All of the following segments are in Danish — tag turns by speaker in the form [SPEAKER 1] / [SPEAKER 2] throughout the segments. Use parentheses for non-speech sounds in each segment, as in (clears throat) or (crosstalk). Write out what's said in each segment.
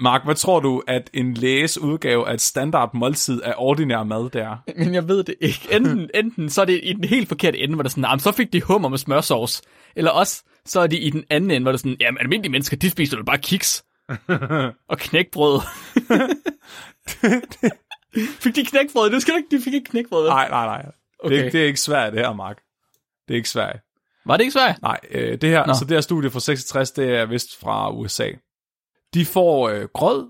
[SPEAKER 1] Mark, hvad tror du, at en læges udgave af et standard måltid af ordinær mad der?
[SPEAKER 2] (laughs) Men jeg ved det ikke. (laughs) Enten, enten så er det i den helt forkerte ende, hvor der sådan, "Ah, men så fik de hummer med smørsovs. Eller også, så er de i den anden ende, hvor der sådan, jamen almindelige mennesker, de spiser jo bare (laughs) kiks. og (laughs) knækbrød. fik de knækbrød? Det skal du ikke, de fik ikke knækbrød.
[SPEAKER 1] Nej, nej, nej. Okay. Det, er,
[SPEAKER 2] Okay.
[SPEAKER 1] ikke- det er ikke svært, det her, Mark. Det er ikke svært.
[SPEAKER 2] Var det ikke svært?
[SPEAKER 1] Nej, øh, det her,
[SPEAKER 2] Nå.
[SPEAKER 1] altså det her studie fra 66, det er vist fra USA. De får øh, grød,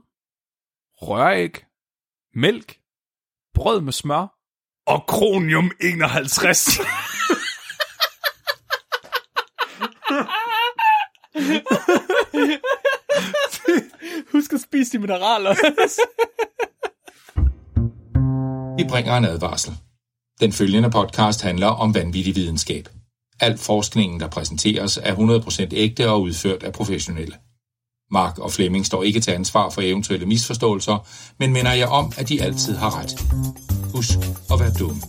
[SPEAKER 1] røræg, mælk, brød med smør og kronium
[SPEAKER 2] (laughs)
[SPEAKER 1] 51.
[SPEAKER 2] (laughs) Husk at spise de mineraler.
[SPEAKER 3] Vi bringer en advarsel. Den følgende podcast handler om vanvittig videnskab. Al forskningen, der præsenteres, er 100% ægte og udført af professionelle. Mark og Flemming står ikke til ansvar for eventuelle misforståelser, men minder jer om, at de altid har ret. Husk at være dum.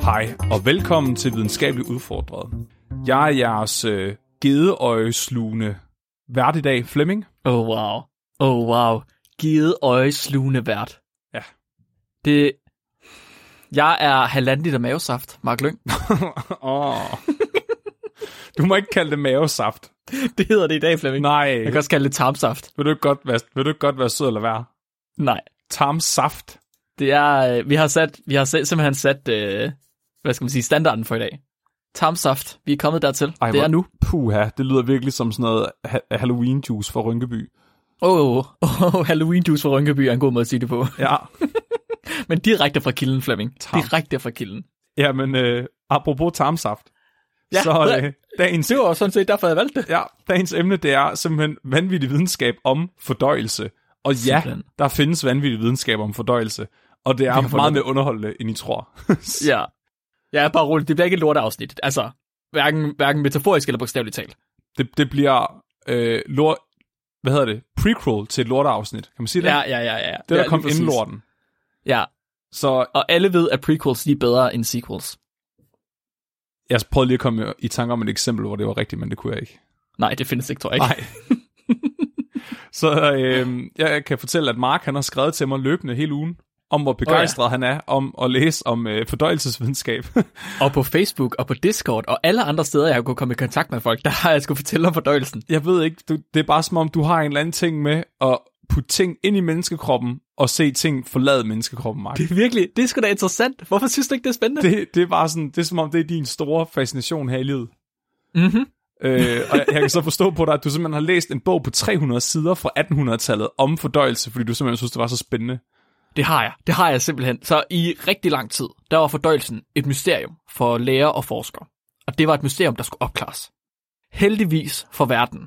[SPEAKER 1] Hej, og velkommen til Videnskabeligt Udfordret. Jeg er jeres øh, gedeøjeslugende vært i dag, Flemming.
[SPEAKER 2] (laughs) oh wow. Oh wow. Givet øjeslugende vært.
[SPEAKER 1] Ja.
[SPEAKER 2] Det... Jeg er halvanden liter mavesaft, Mark Lyng.
[SPEAKER 1] (laughs) oh. Du må ikke kalde det mavesaft.
[SPEAKER 2] (laughs) det hedder det i dag, Flemming.
[SPEAKER 1] Nej,
[SPEAKER 2] Jeg kan også kalde det tarmsaft.
[SPEAKER 1] vil, du ikke godt være, vil du ikke godt være sød eller være?
[SPEAKER 2] Nej.
[SPEAKER 1] Tarmsaft.
[SPEAKER 2] Det er, øh, vi har sat, vi har selv- simpelthen sat, øh, hvad skal man sige, standarden for i dag. Tarmsaft, vi er kommet dertil. Ej, det
[SPEAKER 1] hvor-
[SPEAKER 2] er nu.
[SPEAKER 1] Puha, det lyder virkelig som sådan noget ha- Halloween juice fra Rynkeby.
[SPEAKER 2] Åh, oh, oh, oh, Halloween juice fra Rynkeby er en god måde at sige det på. (laughs)
[SPEAKER 1] Ja.
[SPEAKER 2] Men direkte fra kilden, Flemming.
[SPEAKER 1] Tarm.
[SPEAKER 2] Direkte fra kilden.
[SPEAKER 1] Jamen, øh, apropos tarmsaft.
[SPEAKER 2] Ja,
[SPEAKER 1] så
[SPEAKER 2] ja.
[SPEAKER 1] øh, dagens,
[SPEAKER 2] Det var sådan set derfor, jeg valgte det.
[SPEAKER 1] ja, dagens emne, det er simpelthen vanvittig videnskab om fordøjelse. Og ja,
[SPEAKER 2] Simpelthen.
[SPEAKER 1] der findes vanvittig videnskab om fordøjelse. Og det
[SPEAKER 2] har
[SPEAKER 1] er meget
[SPEAKER 2] fundet
[SPEAKER 1] mere underholdende, end I tror. (laughs)
[SPEAKER 2] Ja. Ja, bare roligt. Det bliver ikke et lort afsnit. Altså, hverken, hverken metaforisk eller bogstaveligt talt.
[SPEAKER 1] Det, det bliver øh, lort, hvad hedder det? Prequel til et lorteafsnit. Kan man sige det?
[SPEAKER 2] Ja, ja, ja. ja.
[SPEAKER 1] det,
[SPEAKER 2] ja,
[SPEAKER 1] der
[SPEAKER 2] lige
[SPEAKER 1] kom
[SPEAKER 2] præcis.
[SPEAKER 1] inden lorten.
[SPEAKER 2] Ja,
[SPEAKER 1] Så
[SPEAKER 2] og alle ved, at prequels de er bedre end sequels.
[SPEAKER 1] jeg prøvede lige at komme i tanke om et eksempel, hvor det var rigtigt, men det kunne jeg ikke.
[SPEAKER 2] Nej, det findes ikke, tror jeg ikke.
[SPEAKER 1] Nej. (laughs) så øh, jeg kan fortælle, at Mark han har skrevet til mig løbende hele ugen, om hvor begejstret oh, ja. han er om at læse om øh, fordøjelsesvidenskab. (laughs)
[SPEAKER 2] Og på Facebook og på Discord og alle andre steder, jeg har kunne komme i kontakt med folk, der har jeg skulle fortælle om fordøjelsen.
[SPEAKER 1] jeg ved ikke, du, det er bare som om, du har en eller anden ting med at putte ting ind i menneskekroppen, og se ting forlade menneskekroppen, Mark.
[SPEAKER 2] Det er virkelig, det er sgu da interessant. Hvorfor synes du ikke, det er spændende?
[SPEAKER 1] Det, det er bare sådan, det er som om, det er din store fascination her i livet.
[SPEAKER 2] Mm-hmm.
[SPEAKER 1] Øh, og jeg, jeg kan så forstå på dig, at du simpelthen har læst en bog på 300 sider fra 1800-tallet om fordøjelse, fordi du simpelthen synes, det var så spændende.
[SPEAKER 2] Det har jeg. Det har jeg simpelthen. Så i rigtig lang tid, der var fordøjelsen et mysterium for læger og forskere. Og det var et mysterium, der skulle opklares. Heldigvis for verden,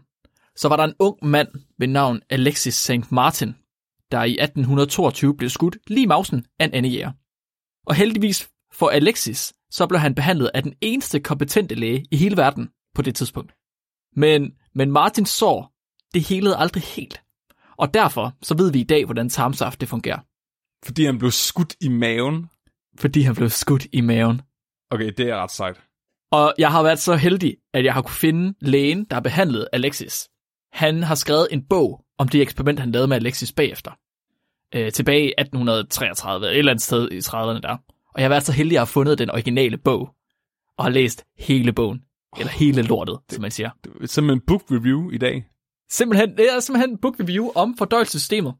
[SPEAKER 2] så var der en ung mand ved navn Alexis St. Martin, der i 1822 blev skudt lige i mausen af en andejæger. Og heldigvis for Alexis, så blev han behandlet af den eneste kompetente læge i hele verden på det tidspunkt. Men, men Martins sår, det helede aldrig helt. Og derfor så ved vi i dag, hvordan tarmsaft det fungerer
[SPEAKER 1] Fordi han blev skudt i maven.
[SPEAKER 2] fordi han blev skudt i maven.
[SPEAKER 1] Okay, det er ret sejt.
[SPEAKER 2] Og jeg har været så heldig, at jeg har kunne finde lægen, der behandlede Alexis. Han har skrevet en bog om det eksperiment, han lavede med Alexis bagefter. Øh, tilbage i 1833, et eller andet sted i 30'erne der. Og jeg har været så heldig, at jeg har fundet den originale bog, og har læst hele bogen. Eller hele lortet, som man siger.
[SPEAKER 1] Det er simpelthen en book review i dag.
[SPEAKER 2] Simpelthen, det er simpelthen en book review om fordøjelsessystemet.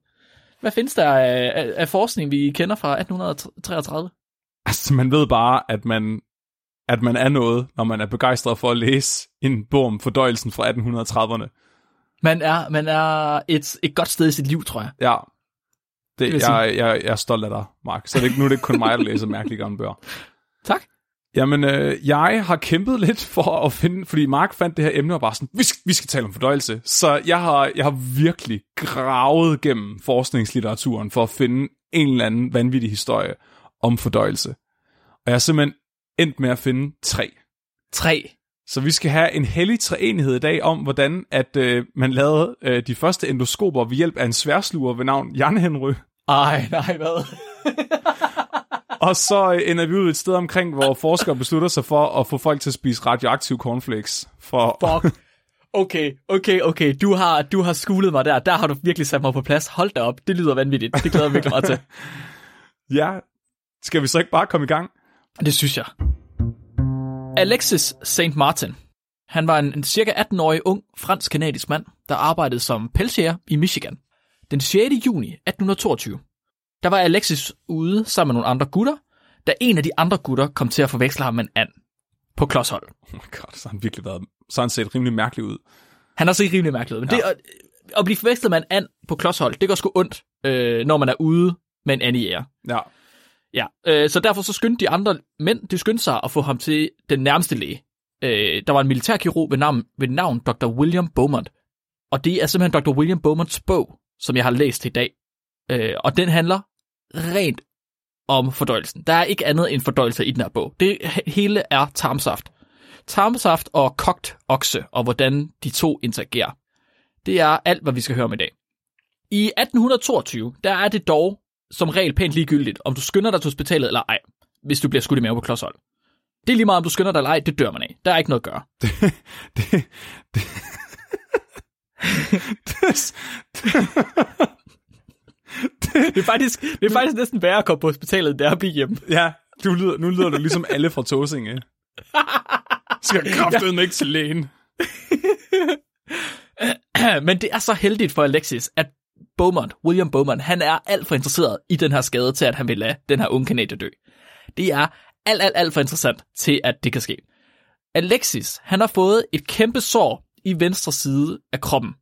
[SPEAKER 2] Hvad findes der af, af, af forskning, vi kender fra 1833?
[SPEAKER 1] Altså, man ved bare, at man, at man er noget, når man er begejstret for at læse en bog om fordøjelsen fra 1830'erne.
[SPEAKER 2] Man er, man er et, et godt sted i sit liv, tror jeg.
[SPEAKER 1] Ja, det,
[SPEAKER 2] vil
[SPEAKER 1] det
[SPEAKER 2] sige-
[SPEAKER 1] jeg, jeg, jeg er stolt af dig, Mark. Så det er ikke, nu er det ikke kun mig, der læser mærkelige gamle bøger.
[SPEAKER 2] Tak.
[SPEAKER 1] Jamen, øh, jeg har kæmpet lidt for at finde, fordi Mark fandt det her emne og bare sådan, vi skal, vi skal tale om fordøjelse. Så jeg har, jeg har virkelig gravet gennem forskningslitteraturen for at finde en eller anden vanvittig historie om fordøjelse. Og jeg er simpelthen endt med at finde tre.
[SPEAKER 2] Tre.
[SPEAKER 1] Så vi skal have en hellig treenighed i dag om, hvordan at øh, man lavede øh, de første endoskoper ved hjælp af en sværsluger ved navn Jan (laughs) Henry.
[SPEAKER 2] Ej, nej, hvad?
[SPEAKER 1] Og så øh, ender vi ud et sted omkring, hvor forskere beslutter sig for at få folk til at spise radioaktiv cornflakes. For,
[SPEAKER 2] Fuck. Okay, okay, okay. Du har, du har skulet mig der. Der har du virkelig sat mig på plads. Hold da op. Det lyder vanvittigt. Det glæder jeg virkelig meget til.
[SPEAKER 1] ja, skal vi så ikke bare komme i gang?
[SPEAKER 2] (laughs) Det synes jeg. Alexis St. Martin. Han var en, en cirka 18-årig ung fransk-kanadisk mand, der arbejdede som pelsjæger i Michigan. Den 6. juni 1822, der var Alexis ude sammen med nogle andre gutter, da en af de andre gutter kom til at forveksle ham med en and på klodshold.
[SPEAKER 1] Oh my god, så har han virkelig været, så har han set rimelig mærkelig ud.
[SPEAKER 2] Han har set rimelig mærkelig ud, men ja. det at, at blive forvekslet med en and på klodshold, det går sgu ondt, øh, når man er ude med en and i ære.
[SPEAKER 1] Ja, (laughs)
[SPEAKER 2] Ja, øh, så derfor så skyndte de andre mænd, de skyndte sig at få ham til den nærmeste læge. Øh, der var en militærkirurg ved navn, ved navn Dr. William Beaumont. Og det er simpelthen Dr. William Beaumonts bog, som jeg har læst i dag. Øh, og den handler rent om fordøjelsen. Der er ikke andet end fordøjelse i den her bog. Det hele er tarmsaft. Tarmsaft og kogt okse, og hvordan de to interagerer. Det er alt, hvad vi skal høre om i dag. I 1822, der er det dog som regel pænt ligegyldigt, om du skynder dig til hospitalet eller ej, hvis du bliver skudt i maven på klodshold. Det er lige meget, om du skynder dig eller ej, det dør man af. Der er ikke noget at gøre.
[SPEAKER 1] det, det, det,
[SPEAKER 2] Det er faktisk, det er faktisk næsten værre at komme på hospitalet, end det er at blive hjemme.
[SPEAKER 1] ja, du lyder, nu lyder du ligesom alle fra (laughs) Tåsinge. Skal kraftedeme ikke til lægen.
[SPEAKER 2] (clears throat) Men det er så heldigt for Alexis, at Beaumont, William Beaumont, han er alt for interesseret i den her skade til, at han vil lade den her unge kanadier dø. Det er alt, alt, alt for interessant til, at det kan ske. Alexis, han har fået et kæmpe sår i venstre side af kroppen.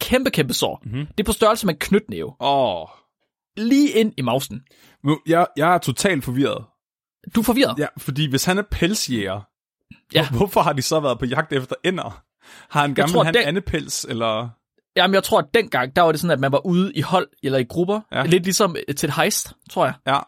[SPEAKER 2] Kæmpe, kæmpe sår. Mm-hmm. Det er på størrelse med en knytnæve.
[SPEAKER 1] Åh, oh.
[SPEAKER 2] Lige ind i mausen.
[SPEAKER 1] jeg, jeg er totalt forvirret.
[SPEAKER 2] Du er forvirret.
[SPEAKER 1] Ja, fordi hvis han er pelsjæger,
[SPEAKER 2] Ja.
[SPEAKER 1] hvorfor har de så været på jagt efter ender? Har han gammel
[SPEAKER 2] tror,
[SPEAKER 1] han
[SPEAKER 2] den-
[SPEAKER 1] andepels, eller...
[SPEAKER 2] Jamen, jeg tror, at dengang, der var det sådan, at man var ude i hold eller i grupper.
[SPEAKER 1] Ja.
[SPEAKER 2] Ja. Lidt ligesom øh, til et heist, tror jeg.
[SPEAKER 1] Ja,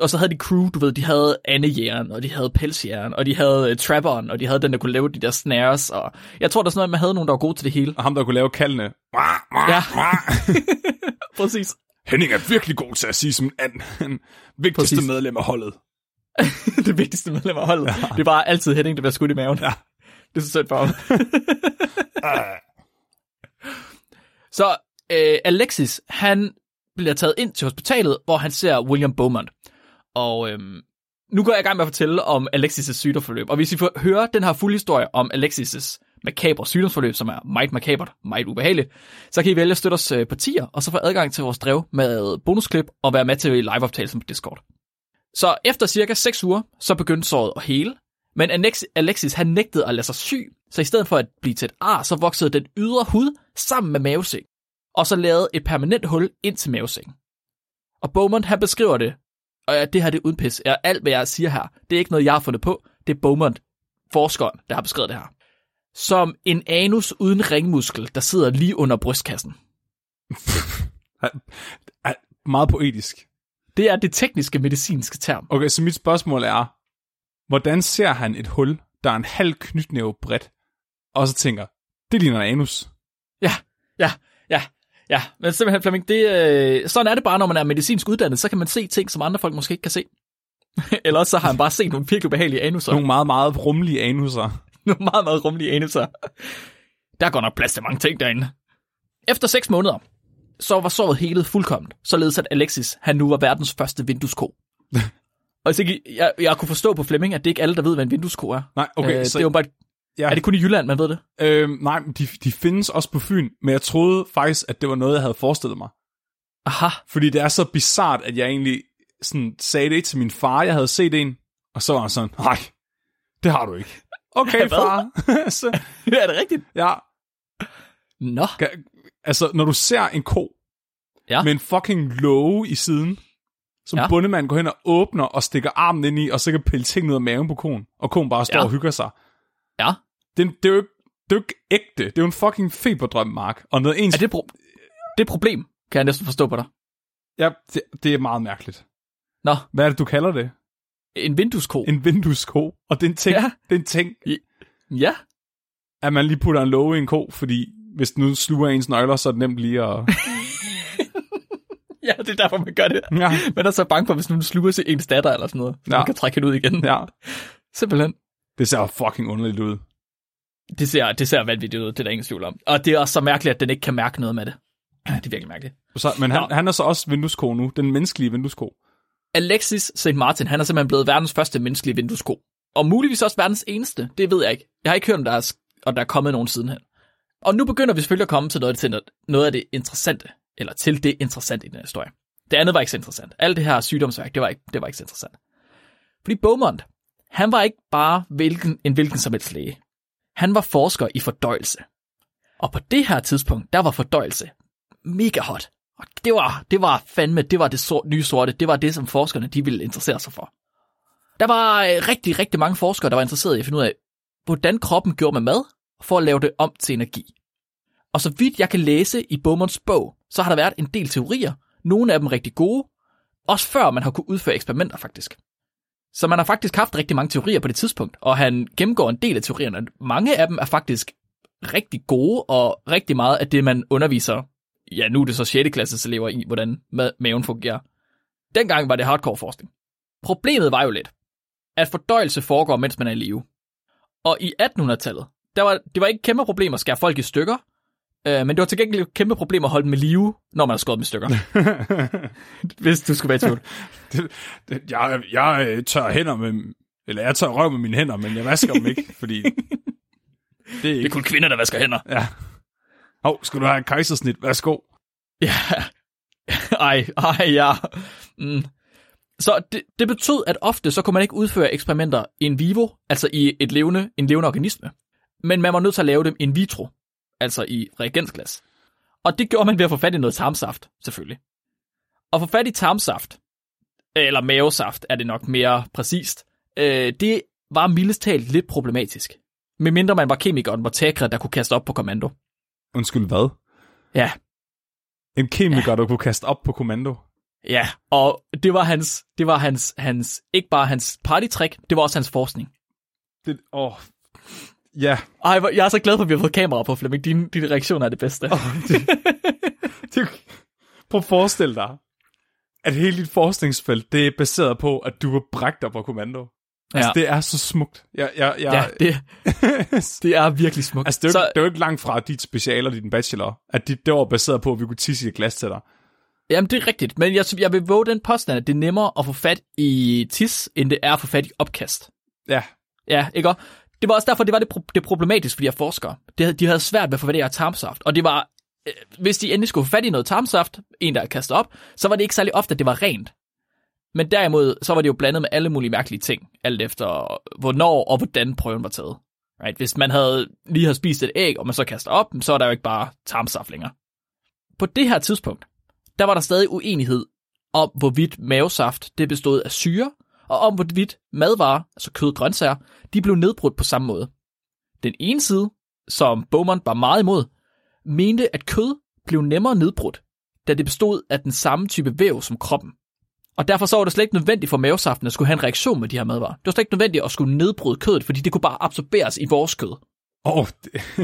[SPEAKER 2] Og så havde de crew, du ved, de havde andejægeren, og de havde pelsjægeren, og de havde uh, trapperen, og de havde den, der kunne lave de der snares. Og jeg tror, der er sådan noget, at man havde nogen, der var gode til det hele.
[SPEAKER 1] og ham, der kunne lave kaldene. Mwah, mwah,
[SPEAKER 2] Ja.
[SPEAKER 1] mwah.
[SPEAKER 2] Præcis.
[SPEAKER 1] Henning er virkelig god til at sige som en anden vigtigste
[SPEAKER 2] Præcis.
[SPEAKER 1] medlem af holdet.
[SPEAKER 2] (laughs) det vigtigste medlem af holdet. Ja. Det er bare altid Henning, der bliver skudt i maven. Ja. Ah. Det er så sødt for (laughs) ham. så øh, Alexis, han bliver taget ind til hospitalet, hvor han ser William Beaumont. Og øhm, nu går jeg i gang med at fortælle om Alexis' sygdomsforløb. Og hvis I får høre den her fulde historie om Alexis' makabre sygdomsforløb, som er meget makabert, meget ubehageligt, så kan I vælge at støtte os øh, partier, og så få adgang til vores drev med bonusklip og være med til liveoptagelsen på Discord. Så efter cirka 6 uger, så begyndte såret at hele. Men Alex- Alexis, han nægtede at lade sig syg, så i stedet for at blive til et ar, så voksede den ydre hud sammen med mavesæk, og så lavede et permanent hul ind til mavesækken. Og Bowman, han beskriver det, og ja, det her det er uden pis, og alt hvad jeg siger her, det er ikke noget, jeg har fundet på, det er Bowman, forskeren, der har beskrevet det her. Som en anus uden ringmuskel, der sidder lige under brystkassen.
[SPEAKER 1] Er meget poetisk.
[SPEAKER 2] Det er det tekniske medicinske term.
[SPEAKER 1] Okay, så mit spørgsmål er, hvordan ser han et hul, der er en halv knytnæve bredt, og så tænker, det ligner en anus.
[SPEAKER 2] Ja, ja, ja, ja. Men simpelthen, Flemming, det, øh, sådan er det bare, når man er medicinsk uddannet, så kan man se ting, som andre folk måske ikke kan se. (laughs) Ellers så har han bare set nogle virkelig behagelige anusser.
[SPEAKER 1] Nogle meget, meget rumlige anusser.
[SPEAKER 2] Nogle meget, meget rummelige anelser. Der går nok plads til mange ting derinde. Efter 6 måneder, så var såret helet fuldkomment, således at Alexis, han nu var verdens første (laughs) vinduesko. Og så, jeg, jeg kunne forstå på Flemming, at det ikke er alle, der ved, hvad en vinduesko er.
[SPEAKER 1] Nej, okay,
[SPEAKER 2] øh,
[SPEAKER 1] så-
[SPEAKER 2] så... Det er, jo bare,
[SPEAKER 1] Ja.
[SPEAKER 2] ja. er det kun i Jylland, man ved det?
[SPEAKER 1] Øhm, nej, men de, de findes også på Fyn, men jeg troede faktisk, at det var noget, jeg havde forestillet mig.
[SPEAKER 2] (laughs) Aha,
[SPEAKER 1] Fordi det er så bizart, at jeg egentlig sådan sagde det til min far, jeg havde set en, og så var han sådan, nej, det har du ikke. Okay,
[SPEAKER 2] (laughs) Hvad?
[SPEAKER 1] far. (laughs) så,
[SPEAKER 2] er det rigtigt?
[SPEAKER 1] ja,
[SPEAKER 2] Nå,
[SPEAKER 1] kan, altså, når du ser en ko
[SPEAKER 2] Ja.
[SPEAKER 1] med en fucking låge i siden, som ja.
[SPEAKER 2] Ja.
[SPEAKER 1] bundemanden går hen og åbner og stikker armen ind i, og så kan pille ting ud af maven på konen, og konen bare står
[SPEAKER 2] Ja.
[SPEAKER 1] og hygger sig.
[SPEAKER 2] ja.
[SPEAKER 1] Det, det, er jo ikke, det er jo ikke ægte. Det er jo en fucking feberdrøm, Mark. Og noget ens...
[SPEAKER 2] Er det, pro- det er et problem, kan jeg næsten forstå på dig.
[SPEAKER 1] Ja, det, det er meget mærkeligt.
[SPEAKER 2] Nå,
[SPEAKER 1] Hvad er det, du kalder det?
[SPEAKER 2] en vinduesko. En...
[SPEAKER 1] En vinduesko. Og det er en ting. Ja.
[SPEAKER 2] Ja.
[SPEAKER 1] Det er en ting.
[SPEAKER 2] Ja,
[SPEAKER 1] at man lige putter en låge i en ko, fordi hvis den nu sluger ens nøgler, så er det nemt lige at...
[SPEAKER 2] ja, det er derfor, man gør det.
[SPEAKER 1] (laughs) Ja.
[SPEAKER 2] Man er så bange for, hvis nogen sluger sig ens datter eller sådan noget. Ja. Man
[SPEAKER 1] Ja.
[SPEAKER 2] kan trække hende ud igen.
[SPEAKER 1] ja.
[SPEAKER 2] Simpelthen.
[SPEAKER 1] Det ser fucking underligt ud.
[SPEAKER 2] Det ser, det ser vanvittigt ud, det er der ingen tvivl om. Og det er også så mærkeligt, at den ikke kan mærke noget med det. Det er virkelig mærkeligt.
[SPEAKER 1] Så, men han,
[SPEAKER 2] Nå.
[SPEAKER 1] han er så også vinduesko nu. Den menneskelige (laughs) vinduesko.
[SPEAKER 2] Alexis St. Martin, han er simpelthen blevet verdens første menneskelige vinduesko. Og muligvis også verdens eneste, det ved jeg ikke. Jeg har ikke hørt, om der er, sk- og der er kommet nogen sidenhen. Og nu begynder vi selvfølgelig at komme til noget, til noget- noget af det interessante, eller til det interessante i den her historie. Det andet var ikke så interessant. Alt det her sygdomsværk, det var ikke, det var ikke så interessant. Fordi Beaumont, han var ikke bare hvilken, en hvilken som helst læge. Han var forsker i fordøjelse. Og på det her tidspunkt, der var fordøjelse mega hot. Og det var, det var fandme, det var det sort, nye sorte, det var det, som forskerne de ville interessere sig for. Der var øh, rigtig, rigtig mange forskere, der var interesserede i at finde ud af, hvordan kroppen gjorde med mad, for at lave det om til energi. Og så vidt jeg kan læse i Beaumonts bog, så har der været en del teorier, nogle af dem rigtig gode, også før man har kunne udføre eksperimenter faktisk. Så man har faktisk haft rigtig mange teorier på det tidspunkt, og han gennemgår en del af teorierne. Mange af dem er faktisk rigtig gode, og rigtig meget af det, man underviser ja, nu er det så 6. klasses elever i, hvordan ma- maven fungerer. Dengang var det hardcore forskning. Problemet var jo lidt, at fordøjelse foregår, mens man er i live. Og i 1800-tallet, der var, det var ikke et kæmpe problem at skære folk i stykker, øh, men det var til gengæld et kæmpe problem at holde dem i live, når man har skåret dem i stykker. (laughs) Hvis du skulle være i tvivl.
[SPEAKER 1] Det- det- jeg, jeg øh, tør hænder med... Eller jeg tør røv med mine hænder, men jeg vasker dem ikke, (laughs) fordi... Det er
[SPEAKER 2] Det er
[SPEAKER 1] ikke...
[SPEAKER 2] kun kvinder, der vasker hænder.
[SPEAKER 1] Ja. Hov, skal du have en kejsersnit? Værsgo.
[SPEAKER 2] Ja. (laughs) Ej, ej, ja. Mm. Så det, det betød, at ofte så kunne man ikke udføre eksperimenter in vivo, altså i et levende, en levende organisme. Men man var nødt til at lave dem in vitro, altså i reagensglas. Og det gjorde man ved at få fat i noget tarmsaft, selvfølgelig. At få fat i tarmsaft, eller mavesaft er det nok mere præcist, øh, det var mildest talt lidt problematisk. Medmindre man var kemikeren, var tækre, der kunne kaste op på kommando.
[SPEAKER 1] Undskyld, hvad?
[SPEAKER 2] Ja,
[SPEAKER 1] En kemiker, ja. der kunne kaste op på kommando.
[SPEAKER 2] Ja, og det var hans, det var hans, hans ikke bare hans partytrick, det var også hans forskning.
[SPEAKER 1] Det, åh. Ja,
[SPEAKER 2] Ej, hvor- jeg er så glad for, at vi har fået kamera på, Flemming. Din, din reaktion er det bedste. Oh,
[SPEAKER 1] det, prøv at forestille dig, at hele dit forskningsfelt, det er baseret på, at du er bragt op på kommando. Altså,
[SPEAKER 2] ja,
[SPEAKER 1] det er så smukt. Jeg, jeg, jeg,
[SPEAKER 2] ja, det,
[SPEAKER 1] (laughs)
[SPEAKER 2] det er virkelig smukt.
[SPEAKER 1] altså, det, er jo,
[SPEAKER 2] så,
[SPEAKER 1] så... det er jo ikke langt fra at dit specialer, din bachelor, at dit, det var baseret på, at vi kunne tisse i et glas til dig.
[SPEAKER 2] Jamen, det er rigtigt, men jeg, jeg vil våge den påstand, at det er nemmere at få fat i tis, end det er at få fat i opkast.
[SPEAKER 1] Ja,
[SPEAKER 2] Ja, ikke også? Det var også derfor, det var det, pro- det problematiske for de her forskere. Det, havde- de havde svært ved at få fat i det her tarmsaft, og det var, øh, hvis de endelig skulle få fat i noget tarmsaft, en der er kastet op, så var det ikke særlig ofte, at det var rent. Men derimod, så var det jo blandet med alle mulige mærkelige ting, alt efter hvornår og hvordan prøven var taget. Right? Hvis man havde lige havde spist et æg, og man så kaster op, så er der jo ikke bare tarmsaft længere. På det her tidspunkt, der var der stadig uenighed om, hvorvidt mavesaft det bestod af syre, og om hvorvidt madvarer, altså kød og grøntsager, de blev nedbrudt på samme måde. Den ene side, som Beaumont var meget imod, mente, at kød blev nemmere nedbrudt, da det bestod af den samme type væv som kroppen. Og derfor så var det slet ikke nødvendigt for mavesaften at skulle have en reaktion med de her madvarer. Det var slet ikke nødvendigt at skulle nedbryde kødet, fordi det kunne bare absorberes i vores kød.
[SPEAKER 1] Åh, oh,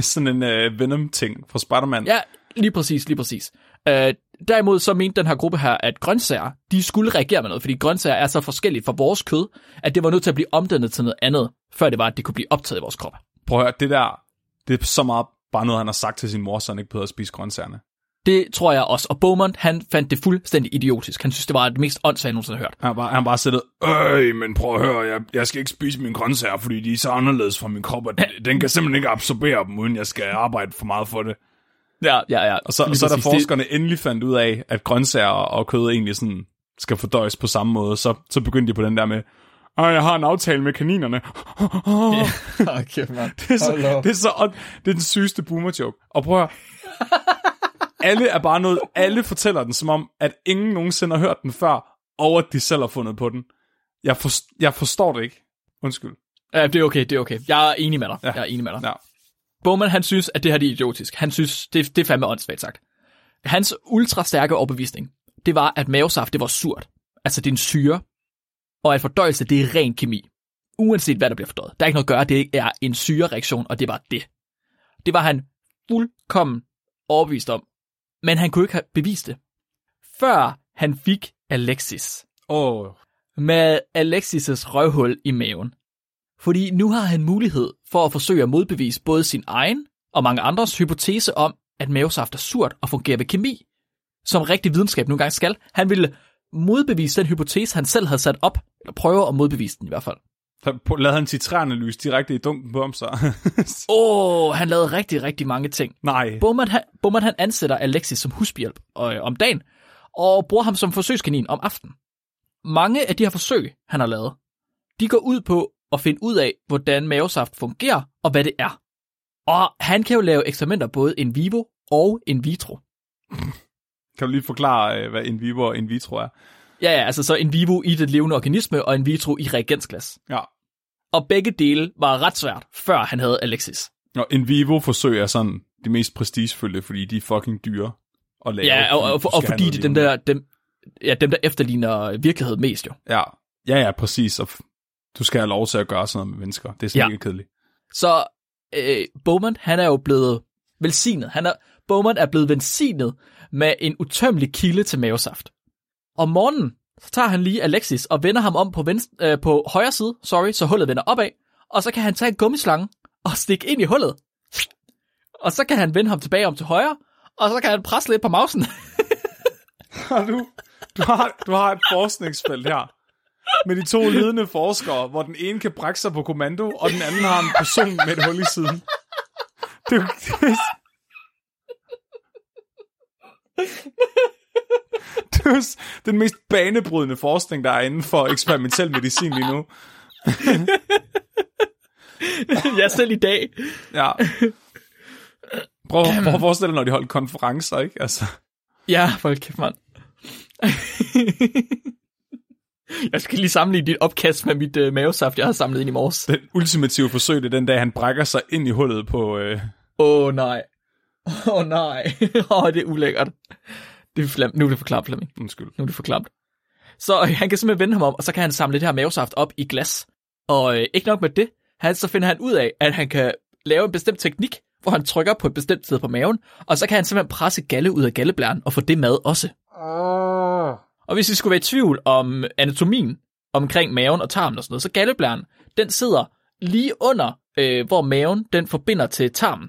[SPEAKER 1] sådan en øh, Venom-ting fra Spider-Man.
[SPEAKER 2] Ja, lige præcis, lige præcis. Øh, derimod så mente den her gruppe her, at grøntsager, de skulle reagere med noget, fordi grøntsager er så forskelligt fra vores kød, at det var nødt til at blive omdannet til noget andet, før det var, at det kunne blive optaget i vores krop.
[SPEAKER 1] Prøv at høre, det der, det er så meget bare noget, han har sagt til sin mor, så han ikke behøver at spise grøntsagerne.
[SPEAKER 2] Det tror jeg også. Og Beaumont, han fandt det fuldstændig idiotisk. Han synes, det var det mest åndssvagt, jeg nogensinde har hørt.
[SPEAKER 1] Han har bare, han har bare siddet, Øj, men prøv at høre, jeg, jeg skal ikke spise mine grøntsager, fordi de er så anderledes fra min krop, at den kan simpelthen ikke absorbere dem, uden jeg skal arbejde for meget for det.
[SPEAKER 2] Ja, ja, ja.
[SPEAKER 1] Og så,
[SPEAKER 2] Lige
[SPEAKER 1] og så da
[SPEAKER 2] præcis. Det-
[SPEAKER 1] forskerne endelig fandt ud af, at grøntsager og kød egentlig sådan skal fordøjes på samme måde, så, så begyndte de på den der med, Ej, jeg har en aftale med kaninerne.
[SPEAKER 2] okay, man.
[SPEAKER 1] Det er, så, det, er så, og det er den sygeste boomer joke. Og prøv at høre. Alle er bare noget, alle fortæller den som om, at ingen nogensinde har hørt den før, og at de selv har fundet på den. Jeg, for, jeg forstår det ikke. Undskyld.
[SPEAKER 2] Ja, det er okay, det er okay. Jeg er enig med dig. Ja. Jeg er enig med dig. Ja.
[SPEAKER 1] Ja.
[SPEAKER 2] Bowman, han synes, at det her det er idiotisk. Han synes, det, det er fandme åndssvagt sagt. Hans ultrastærke overbevisning, det var, at mavesaft, det var surt. Altså, det er en syre. Og at fordøjelse, det er ren kemi. uanset hvad der bliver fordøjet. Der er ikke noget at gøre, det er en syrereaktion, og det var det. Det var han fuldkommen overbevist om, men han kunne ikke have bevist det, før han fik Alexis
[SPEAKER 1] Åh, oh,
[SPEAKER 2] med Alexis' røvhul i maven. Fordi nu har han mulighed for at forsøge at modbevise både sin egen og mange andres hypotese om, at mavesaft er surt og fungerer ved kemi, som rigtig videnskab nogle gange skal. Han ville modbevise den hypotese, han selv havde sat op, eller prøve at modbevise den i hvert fald.
[SPEAKER 1] der på- lavede han citræanalyse direkte i dunken på om sig.
[SPEAKER 2] Åh, oh, han lavede rigtig, rigtig mange ting.
[SPEAKER 1] (laughs) Nej.
[SPEAKER 2] Bowman, han, Bowman han ansætter Alexis som husbjælp øh, om dagen, og bruger ham som forsøgskanin om aftenen. Mange af de her forsøg, han har lavet, de går ud på at finde ud af, hvordan mavesaft fungerer og hvad det er. Og han kan jo lave eksperimenter både in vivo og in vitro.
[SPEAKER 1] Kan du lige forklare, øh, hvad in vivo og in vitro er?
[SPEAKER 2] Ja, ja, altså så in vivo i det levende organisme og in vitro i reagensglas.
[SPEAKER 1] Ja.
[SPEAKER 2] Og begge dele var ret svært, før han havde Alexis.
[SPEAKER 1] Og in vivo forsøg er sådan det mest prestigefyldte, fordi de er fucking dyre at lave.
[SPEAKER 2] Ja, og, og, og,
[SPEAKER 1] fordi du
[SPEAKER 2] og
[SPEAKER 1] skal
[SPEAKER 2] fordi
[SPEAKER 1] have
[SPEAKER 2] det er
[SPEAKER 1] noget
[SPEAKER 2] dem der, dem, ja, dem, der efterligner virkelighed mest jo.
[SPEAKER 1] levende. Ja, ja, ja præcis. Og f- du skal have lov til at gøre sådan noget med mennesker. Det er sådan
[SPEAKER 2] Ja.
[SPEAKER 1] ja. ikke kedeligt.
[SPEAKER 2] Så øh, Bowman, han er jo blevet velsignet. Han er, Bowman er blevet velsignet med en utømmelig kilde til mavesaft. Om morgenen, så tager han lige Alexis og vender ham om på, venstre, øh, på højre side, sorry, så hullet vender opad, og så kan han tage en gummislange og stikke ind i hullet. Og så kan han vende ham tilbage om til højre, og så kan han presse lidt på mausen.
[SPEAKER 1] (laughs)
[SPEAKER 2] (laughs)
[SPEAKER 1] Har du, du, har, du har et forskningsfelt her med de to ledende forskere, hvor den ene kan brække sig på kommando, og den anden har en person med et hul i siden. Det, er jo- det, er- det er jo s- den mest banebrydende forskning, der er inden for eksperimentel medicin lige nu.
[SPEAKER 2] ja, selv i dag.
[SPEAKER 1] Ja. Prøv, prøv at forestille dig, når de holdt konferencer, ikke? Altså,
[SPEAKER 2] Ja, folk kæft, mand. (laughs) jeg skal lige sammenligne dit opkast med mit øh, mavesaft, jeg har samlet ind i morges.
[SPEAKER 1] den ultimative forsøg, det er den dag, han brækker sig ind i hullet på... Øh,
[SPEAKER 2] Åh oh, nej. Åh oh, nej. (laughs) Åh, oh, det er ulækkert. Det er flam- nu er det for klamt, Flemming.
[SPEAKER 1] undskyld.
[SPEAKER 2] Nu er det for klamt. Så øh, han kan simpelthen vende ham om, og så kan han samle det her mavesaft op i glas. Og øh, ikke nok med det, han, så finder han ud af, at han kan lave en bestemt teknik, hvor han trykker på et bestemt sted på maven, og så kan han simpelthen presse galle ud af galleblæren og få det mad også. Og hvis I skulle være i tvivl om anatomien omkring maven og tarmen og sådan noget, så galleblæren, den sidder lige under, øh, hvor maven den forbinder til tarmen.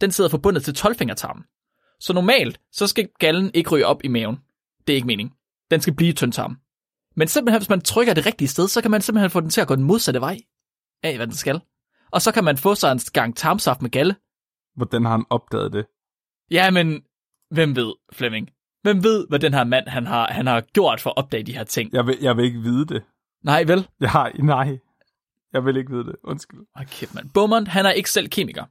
[SPEAKER 2] Den sidder forbundet til tolvfingertarmen. Så normalt, så skal gallen ikke ryge op i maven. Det er ikke meningen. Den skal blive i tyndtarmen. Men simpelthen, hvis man trykker det rigtige sted, så kan man simpelthen få den til at gå den modsatte vej af, hvad den skal. Og så kan man få sig en gang tarmsaft med galle.
[SPEAKER 1] Hvordan har han opdaget det?
[SPEAKER 2] Ja, men hvem ved, Flemming? Hvem ved, hvad den her mand, han har, han har gjort for at opdage de her ting?
[SPEAKER 1] Jeg vil, jeg vil ikke vide det.
[SPEAKER 2] Nej, vel?
[SPEAKER 1] Jeg har, nej, jeg vil ikke vide det. Undskyld.
[SPEAKER 2] Hold kæft, mand. Beaumont, han er ikke selv kemiker.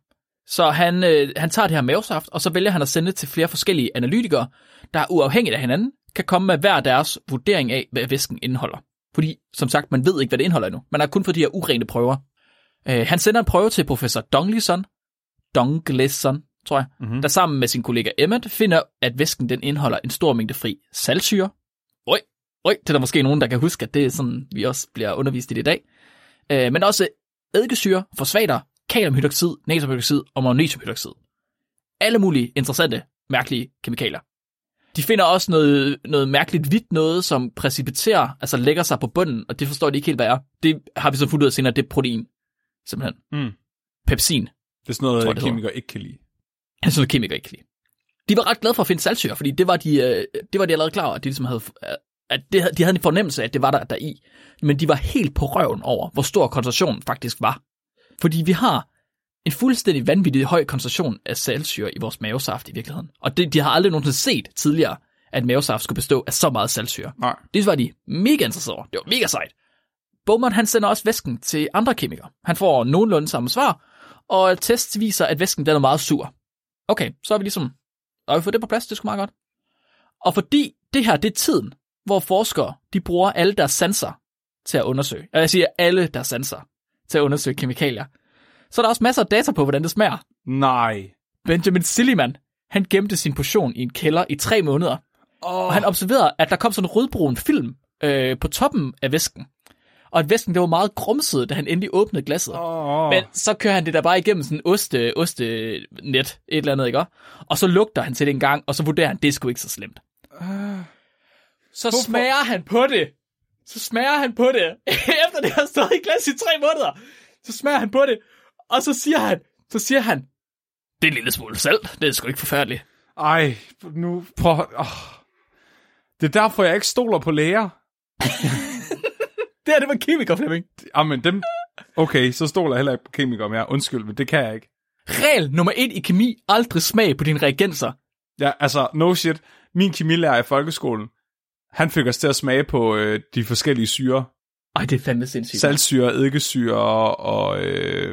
[SPEAKER 2] Så han, øh, han tager det her mavesaft, og så vælger han at sende det til flere forskellige analytikere, der er uafhængigt af hinanden, kan komme med hver deres vurdering af, hvad væsken indeholder. Fordi, som sagt, man ved ikke, hvad det indeholder endnu. Man har kun fået de her urene prøver. Øh, han sender en prøve til professor Donglison, Dongleson, tror jeg, mm-hmm. der sammen med sin kollega Emmet finder, at væsken den indeholder en stor mængde fri saltsyre. Øj, øj, det er der måske nogen, der kan huske, at det er sådan, vi også bliver undervist i det i dag. Øh, men også eddikesyre, fosfater, kaliumhydroxid, natriumhydroxid og magnesiumhydroxid. Alle mulige interessante, mærkelige kemikalier. De finder også noget, noget mærkeligt hvidt noget, som precipiterer, altså lægger sig på bunden, og det forstår de ikke helt, hvad er. Det har vi så fundet ud af senere, det er protein, simpelthen.
[SPEAKER 1] Mm.
[SPEAKER 2] Pepsin.
[SPEAKER 1] Det er sådan noget,
[SPEAKER 2] Tror,
[SPEAKER 1] tror,
[SPEAKER 2] det
[SPEAKER 1] kemikere ikke kan lide.
[SPEAKER 2] Han synes, at kemikere ikke kan lide. De var ret glade for at finde saltsyre, fordi det var de, øh, det var de allerede klar over, at de, ligesom havde, øh, at det, havde- de havde en fornemmelse af, at det var der, der i. Men de var helt på røven over, hvor stor koncentrationen faktisk var. Fordi vi har en fuldstændig vanvittig høj koncentration af saltsyre i vores mavesaft i virkeligheden. Og det, de har aldrig nogensinde set tidligere, at mavesaft skulle bestå af så meget saltsyre.
[SPEAKER 1] Nej.
[SPEAKER 2] Det var de mega interesserede over. Det var mega sejt. Bowman han sender også væsken til andre kemikere. Han får nogenlunde samme svar, og test viser, at væsken den er meget sur. Okay, så er vi ligesom, og vi får det på plads, det skulle meget godt. Og fordi det her, det er tiden, hvor forskere, de bruger alle deres sanser til at undersøge. Og jeg siger alle deres sanser til at undersøge kemikalier. Så er der også masser af data på, hvordan det smager.
[SPEAKER 1] Nej.
[SPEAKER 2] Benjamin Silliman, han gemte sin portion i en kælder i tre måneder.
[SPEAKER 1] Åh.
[SPEAKER 2] Og han observerede, at der kom sådan en rødbrun film øh, på toppen af væsken. og at væsken det var meget grumset, da han endelig åbnede glasset.
[SPEAKER 1] Oh,
[SPEAKER 2] Men så kører han det der bare igennem sådan en oste, ostenet, et eller andet, ikke? også? Og så lugter han til det en gang, og så vurderer han, det er sgu ikke så slemt. Så Hvorfor? smager han på det. Så smager han på det. (laughs) Efter det har stået i glas i tre måneder. Så smager han på det. Og så siger han, så siger han, det er en lille smule salt. Det er sgu ikke forfærdeligt.
[SPEAKER 1] Ej, nu prøv... Oh. Det er derfor, jeg ikke stoler på læger.
[SPEAKER 2] Det her, det var kemiker, Flemming.
[SPEAKER 1] Jamen, Ah, dem... Okay, så stoler jeg heller ikke på kemikere mere. Undskyld, men det kan jeg ikke.
[SPEAKER 2] Regel nummer et i kemi. Aldrig smag på dine reagenser.
[SPEAKER 1] Ja, altså, no shit. Min kemilærer i folkeskolen, han fik os til at smage på øh, de forskellige syre.
[SPEAKER 2] Ej, det er fandme sindssygt.
[SPEAKER 1] Saltsyre, eddikesyre og... Øh,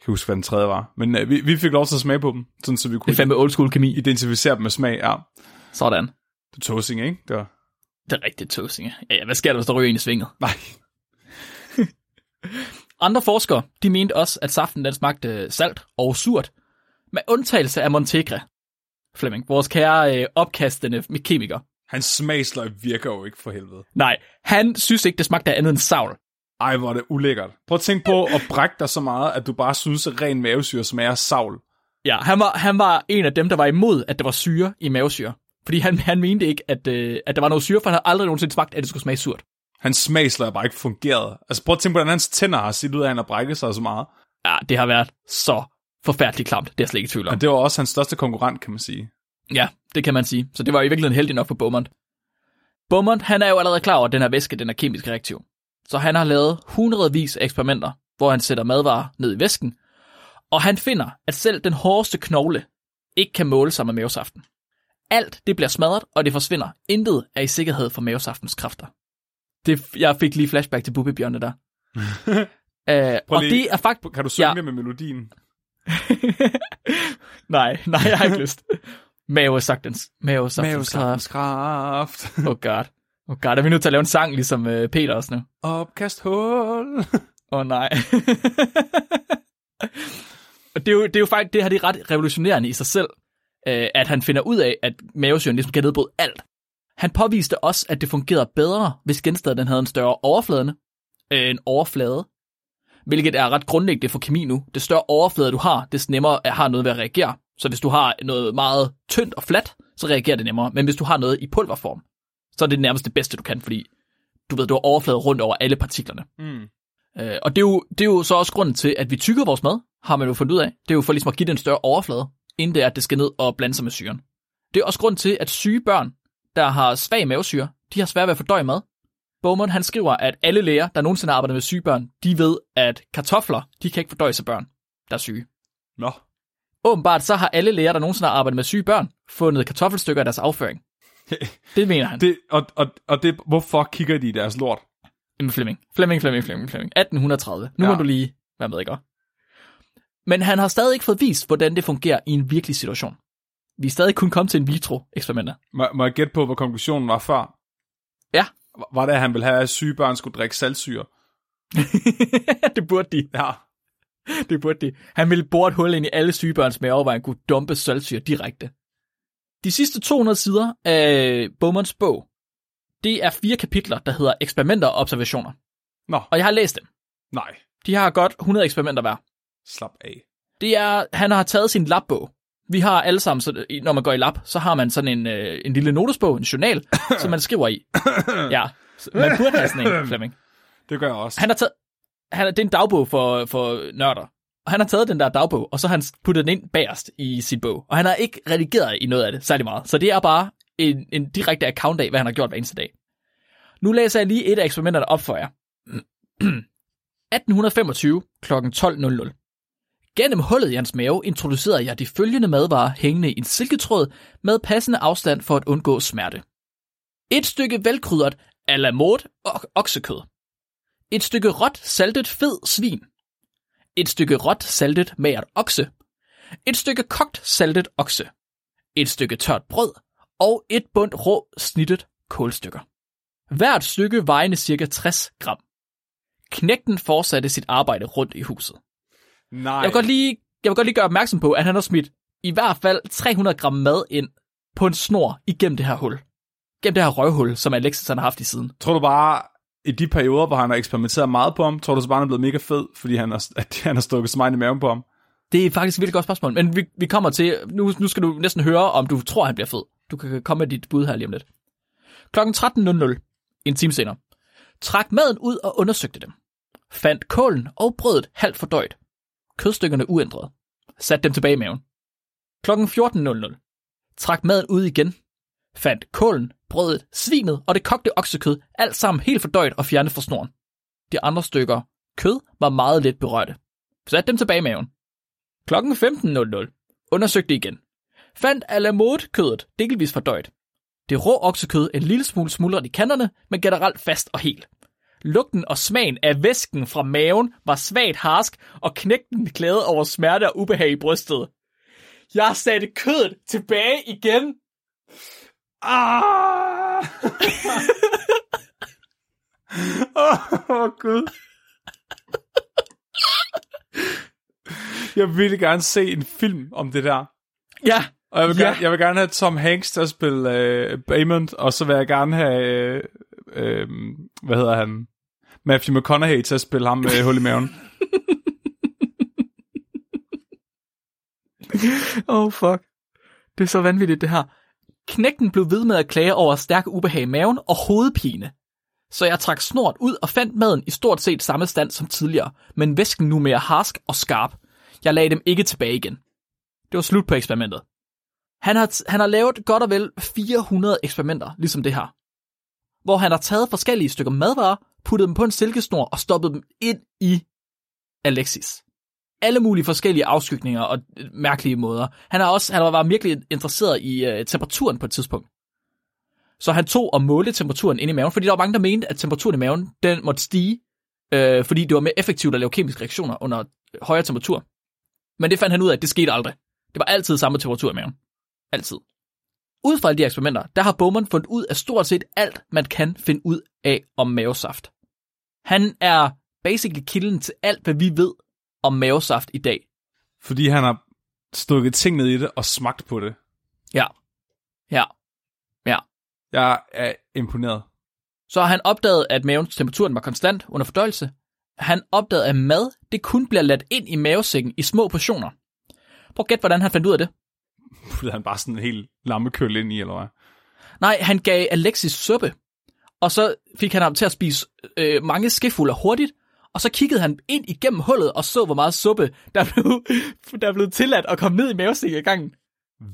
[SPEAKER 1] jeg kan huske, hvad den tredje var. Men øh, vi, vi fik lov til at smage på dem, sådan så vi
[SPEAKER 2] Det er
[SPEAKER 1] kunne
[SPEAKER 2] fandme old school kemi.
[SPEAKER 1] identificere dem med smag. Ja,
[SPEAKER 2] Sådan.
[SPEAKER 1] det er tosing, ikke? Det var...
[SPEAKER 2] Det er rigtigt tøsing. ja. Ja, ja, hvad sker der, hvis der ryger en i svinget?
[SPEAKER 1] Nej.
[SPEAKER 2] Andre forskere, de mente også, at saften den smagte øh, salt og surt, med undtagelse af Montegre. Flemming, vores kære øh, opkastende kemiker.
[SPEAKER 1] Hans smagsløg virker jo ikke for helvede.
[SPEAKER 2] Nej, han synes ikke, det smagte af andet end savl.
[SPEAKER 1] Ej, hvor er det ulækkert. Prøv at tænke på at brække dig så meget, at du bare synes, at ren mavesyre smager af savl.
[SPEAKER 2] Ja, han var, han var en af dem, der var imod, at der var syre i mavesyre. Fordi han, han mente ikke, at, øh, at der var noget syre, for han havde aldrig nogensinde smagt, at det skulle smage surt.
[SPEAKER 1] Hans smagsløg har bare ikke fungeret. Altså prøv at tænke på, hvordan hans tænder har set ud af, at han har brækket sig så meget.
[SPEAKER 2] Ja, det har været så forfærdeligt klamt, det er jeg slet ikke i tvivl om.
[SPEAKER 1] Men det var også hans største konkurrent, kan man sige.
[SPEAKER 2] Ja, det kan man sige. Så det var i virkeligheden heldig nok for Beaumont. Beaumont, han er jo allerede klar over, at den her væske, den er kemisk reaktiv. Så han har lavet hundredvis af eksperimenter, hvor han sætter madvarer ned i væsken, og han finder, at selv den hårdeste knogle ikke kan måle sig med mavesaften. Alt det bliver smadret, og det forsvinder. Intet er i sikkerhed for mavesaftens kræfter. Det, jeg fik lige flashback til Bubbebjørnene der. Æh, og
[SPEAKER 1] lige-
[SPEAKER 2] det er faktisk...
[SPEAKER 1] Kan du synge
[SPEAKER 2] Ja.
[SPEAKER 1] ja. med melodien?
[SPEAKER 2] nej, (laughs) nej, jeg har ikke lyst. Mavesaftens, mavesaftens kræfter.
[SPEAKER 1] kraft.
[SPEAKER 2] Oh god. Oh god, er vi nødt til at lave en sang, ligesom øh, Peter også nu?
[SPEAKER 1] Opkast hul. (laughs)
[SPEAKER 2] Åh oh, nej. Og det er, jo, det er jo faktisk, det her det er ret revolutionerende i sig selv, øh, at han finder ud af, at mavesyren ligesom kan nedbryde alt. Han påviste også, at det fungerede bedre, hvis genstanden den havde en større overflade, øh, en overflade, hvilket er ret grundlæggende for kemi nu. Det større overflade, du har, des nemmere er- har noget ved at reagere. Så hvis du har noget meget tyndt og fladt, så reagerer det nemmere. Men hvis du har noget i pulverform, så er det nærmest det bedste, du kan, fordi du ved, du har overflade rundt over alle partiklerne.
[SPEAKER 1] Mm.
[SPEAKER 2] Øh, og det er, jo, det er jo så også grunden til, at vi tykker vores mad, har man jo fundet ud af. Det er jo for ligesom at give den en større overflade, inden det er, at det skal ned og blande sig med syren. Det er også grunden til, at syge børn, der har svag mavesyre, de har svært ved at fordøje mad. Bowman han skriver, at alle læger, der nogensinde har arbejdet med syge børn, de ved, at kartofler, de kan ikke fordøje sig børn, der er syge.
[SPEAKER 1] Nå. (laughs)
[SPEAKER 2] Åbenbart så har alle læger, der nogensinde har arbejdet med syge børn, fundet kartoffelstykker i deres afføring. Det mener han. Det...
[SPEAKER 1] Det, og, og, og det, hvorfor kigger de i deres lort?
[SPEAKER 2] Jamen Flemming. Flemming, Flemming, Flemming, Flemming. 1830. Nu ja.
[SPEAKER 1] Ja.
[SPEAKER 2] må du lige være med, ikke? Men han har stadig ikke fået vist, hvordan det fungerer i en virkelig situation. Vi er stadig kun kommet til en vitro-eksperimenter.
[SPEAKER 1] Må, må jeg gætte på, hvad konklusionen var før?
[SPEAKER 2] Ja.
[SPEAKER 1] Var- Var det, at han ville have, at syge børn skulle drikke saltsyre?
[SPEAKER 2] (laughs) det burde de.
[SPEAKER 1] Ja.
[SPEAKER 2] Det burde de. Han ville bore et hul ind i alle sygebørns mave, hvor han kunne dumpe saltsyre direkte. De sidste 200 sider af Bowmans bog, det er fire kapitler, der hedder Eksperimenter og Observationer.
[SPEAKER 1] Nå,
[SPEAKER 2] Og jeg har læst dem.
[SPEAKER 1] nej.
[SPEAKER 2] De har godt 100 eksperimenter hver.
[SPEAKER 1] Slap af.
[SPEAKER 2] Det er, han har taget sin labbog. Vi har alle sammen, så, når man går i lab, så har man sådan en, øh, en lille notesbog, en journal, som man skriver i. Ja, så man burde have sådan en, Flemming.
[SPEAKER 1] Det gør jeg også.
[SPEAKER 2] Han har taget, han, er- det er en dagbog for, for nørder. Og han har taget den der dagbog, og så har han puttet den ind bagerst i sin bog. Og han har ikke redigeret i noget af det særlig meget. Så det er bare en, en direkte account af, hvad han har gjort hver eneste dag. Nu læser jeg lige et af eksperimenterne op for jer. (clears throat) 1825 kl. 12.00. Gennem hullet i hans mave introducerede jeg de følgende madvarer hængende i en silketråd med passende afstand for at undgå smerte. Et stykke velkrydret alamot og oksekød. Et stykke råt saltet fed svin. Et stykke råt saltet magert okse. Et stykke kogt saltet okse. Et stykke tørt brød. Og et bundt rå snittet kålstykker. Hvert stykke vejende cirka 60 gram. Knægten fortsatte sit arbejde rundt i huset.
[SPEAKER 1] Nej.
[SPEAKER 2] Jeg vil, godt lige, jeg vil godt lige gøre opmærksom på, at han har smidt i hvert fald 300 gram mad ind på en snor igennem det her hul. Gennem det her røvhul, som Alexis han har haft i siden.
[SPEAKER 1] Tror du bare i de perioder, hvor han har eksperimenteret meget på ham, tror du så bare, han er blevet mega fed, fordi han har, (laughs) at han har stukket så meget i maven på ham?
[SPEAKER 2] Det er faktisk et virkelig godt spørgsmål, men vi, vi kommer til, nu, nu skal du næsten høre, om du tror, han bliver fed. Du kan komme med dit bud her lige om lidt. Klokken 13.00, en time senere, trak maden ud og undersøgte dem. Fandt kålen og brødet halvt fordøjt. Kødstykkerne uændret. Sat dem tilbage i maven. Klokken 14.00, trak maden ud igen. Fandt kålen, brødet, svinet og det kogte oksekød, alt sammen helt fordøjt og fjernet fra snoren. De andre stykker kød var meget let berørte. Sat dem tilbage i maven. Klokken 15.00. Undersøgte igen. Fandt alamode kødet delvis fordøjet. Det rå oksekød en lille smule smuldret i kanterne, men generelt fast og helt. Lugten og smagen af væsken fra maven var svagt harsk, og knægten glæde over smerte og ubehag i brystet. Jeg satte kødet tilbage igen.
[SPEAKER 1] Ah! Åh, oh, gud. Jeg ville gerne se en film om det der.
[SPEAKER 2] Ja,
[SPEAKER 1] Og jeg vil,
[SPEAKER 2] Ja.
[SPEAKER 1] ja. gerne, jeg vil gerne have Tom Hanks til at spille øh, Bayman, og så vil jeg gerne have, øh, øh, hvad hedder han, Matthew McConaughey til at spille ham med øh, hul i
[SPEAKER 2] (laughs)
[SPEAKER 1] maven.
[SPEAKER 2] Oh fuck. Det er så vanvittigt, det her. Knægten blev ved med at klage over stærk ubehag i maven og hovedpine. Så jeg trak snort ud og fandt maden i stort set samme stand som tidligere, men væsken nu mere harsk og skarp. Jeg lagde dem ikke tilbage igen. Det var slut på eksperimentet. Han har, han har lavet godt og vel 400 eksperimenter, ligesom det her. Hvor han har taget forskellige stykker madvarer, puttet dem på en silkesnor og stoppet dem ind i Alexis alle mulige forskellige afskygninger og øh, mærkelige måder. Han, er også, han var virkelig interesseret i øh, temperaturen på et tidspunkt. Så han tog og målte temperaturen inde i maven, fordi der var mange, der mente, at temperaturen i maven den måtte stige, øh, fordi det var mere effektivt at lave kemiske reaktioner under højere temperatur. Men det fandt han ud af, at det skete aldrig. Det var altid samme temperatur i maven. Altid. Ud fra alle de eksperimenter, der har Bowman fundet ud af stort set alt, man kan finde ud af om mavesaft. Han er basically kilden til alt, hvad vi ved om mavesaft i dag.
[SPEAKER 1] Fordi han har stukket ting ned i det og smagt på det.
[SPEAKER 2] Ja. Ja.
[SPEAKER 1] Jeg er imponeret.
[SPEAKER 2] Så har han opdaget, at mavens temperaturen var konstant under fordøjelse. Han opdagede, at mad det kun bliver ladt ind i mavesækken i små portioner. Prøv at gætte, hvordan han fandt ud af det.
[SPEAKER 1] Puttede han bare sådan en helt lammekøl ind i, eller hvad?
[SPEAKER 2] Nej, han gav Alexis suppe, og så fik han ham til at spise øh, mange skefulder hurtigt, og så kiggede han ind igennem hullet og så, hvor meget suppe, der blev, (laughs) der blev tilladt at komme ned i mavesækken i gangen.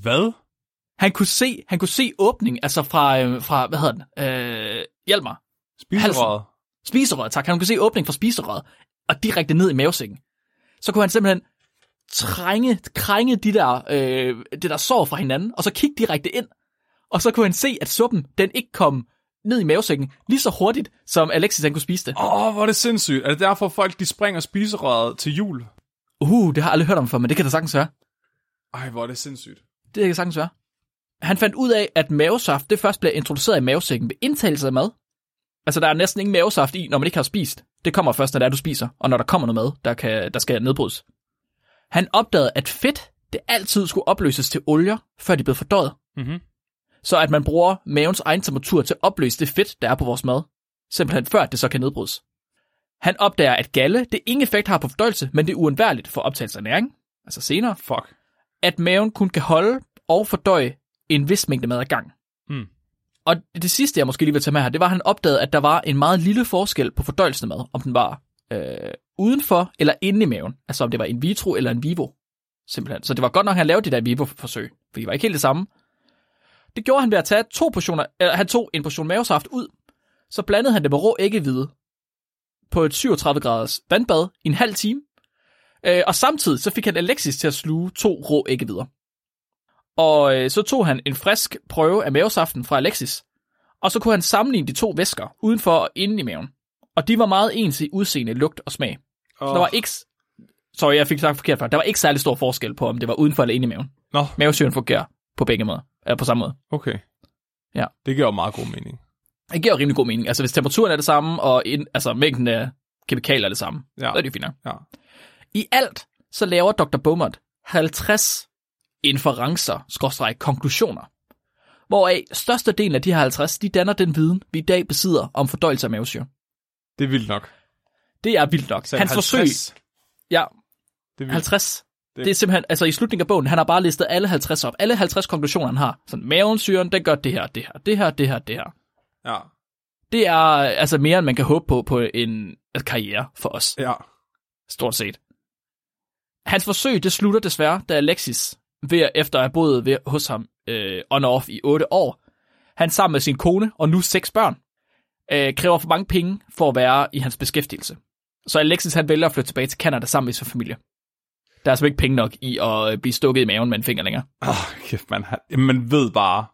[SPEAKER 1] Hvad?
[SPEAKER 2] Han kunne se, han kunne se åbningen, altså fra, øh, fra hvad hedder den, øh, Hjalmar,
[SPEAKER 1] Spiserøret?
[SPEAKER 2] spiserøret, tak. Han kunne se åbningen fra spiserøret, og direkte ned i mavesækken. Så kunne han simpelthen trænge, krænge de der, øh, det der sår fra hinanden, og så kigge direkte ind. Og så kunne han se, at suppen, den ikke kom ned i mavesækken lige så hurtigt, som Alexis han kunne spise det.
[SPEAKER 1] Åh, oh, hvor er det sindssygt. Er det derfor, folk de springer spiserøret til jul?
[SPEAKER 2] Uh, det har jeg aldrig hørt om før, men det kan da sagtens være.
[SPEAKER 1] Ej, hvor er det sindssygt.
[SPEAKER 2] Det kan sagtens være. Han fandt ud af, at mavesaft det først bliver introduceret i mavesækken ved indtagelse af mad. Altså, der er næsten ingen mavesaft i, når man ikke har spist. Det kommer først, når det er, du spiser, og når der kommer noget mad, der, kan, der skal nedbrydes. Han opdagede, at fedt det altid skulle opløses til olier, før de blev fordøjet.
[SPEAKER 1] Mhm.
[SPEAKER 2] Så at man bruger mavens egen temperatur til at opløse det fedt, der er på vores mad. Simpelthen før det så kan nedbrydes. Han opdager, at galle det ingen effekt har på fordøjelse, men det er uundværligt for optagelse af næring, altså senere
[SPEAKER 1] Fuck.
[SPEAKER 2] at maven kun kan holde og fordøje en vis mængde mad ad gang.
[SPEAKER 1] Mm.
[SPEAKER 2] Og det sidste, jeg måske lige vil tage med her, det var, at han opdagede, at der var en meget lille forskel på fordøjelsen af mad, om den var øh, udenfor eller inde i maven. Altså om det var in vitro eller in vivo, simpelthen. Så det var godt nok, at han lavede det der in vivo-forsøg, for det var ikke helt det samme. Det gjorde han ved at tage to portioner, eller han tog en portion mavesaft ud, så blandede han det med rå æggehvide på et 37 graders vandbad i en halv time, Øh, og samtidig så fik han Alexis til at sluge to rå æggevidder. Og øh, så tog han en frisk prøve af mavesaften fra Alexis, og så kunne han sammenligne de to væsker udenfor og inde i maven. Og de var meget ens i udseende, lugt og smag. Oh. Så der var ikke... s- Sorry, jeg fik sagt forkert før. Der var ikke særlig stor forskel på, om det var udenfor eller inde i maven.
[SPEAKER 1] Nå,
[SPEAKER 2] Mavesyren fungerer på begge måder. Eller på samme måde.
[SPEAKER 1] okay.
[SPEAKER 2] Ja.
[SPEAKER 1] Det giver jo meget god mening.
[SPEAKER 2] Det giver jo rimelig god mening. Altså, hvis temperaturen er det samme, og ind, altså, mængden af kemikalier er det samme,
[SPEAKER 1] Ja.
[SPEAKER 2] så er det jo fint nok.
[SPEAKER 1] Ja.
[SPEAKER 2] I alt så laver Dr. Beaumont 50 inferencer, skråstreg, konklusioner, hvoraf størstedelen af de her 50, de danner den viden, vi i dag besidder om fordøjelse af mavesyre.
[SPEAKER 1] Det er vildt nok.
[SPEAKER 2] Det er vildt nok.
[SPEAKER 1] Selv
[SPEAKER 2] Hans
[SPEAKER 1] 50,
[SPEAKER 2] forsøg, ja,
[SPEAKER 1] Det er vildt.
[SPEAKER 2] 50.
[SPEAKER 1] Det-
[SPEAKER 2] Det. det er simpelthen, altså i slutningen af bogen, han har bare listet alle 50 op. Alle 50 konklusioner, han har. Sådan, mavensyren, den gør det her, det her, det her, det her, det her.
[SPEAKER 1] Ja.
[SPEAKER 2] Det er altså mere, end man kan håbe på på en karriere for os,
[SPEAKER 1] ja.
[SPEAKER 2] stort set. Hans forsøg, det slutter desværre, da Alexis, ved at, efter at have boet ved, hos ham øh, on og off i 8 år, han sammen med sin kone og nu seks børn, øh, kræver for mange penge for at være i hans beskæftigelse. Så Alexis han vælger at flytte tilbage til Canada sammen med sin familie. Der er simpelthen ikke penge nok i at øh, blive stukket i maven med en finger længere.
[SPEAKER 1] Oh, kæft, man, han, jamen, man ved bare,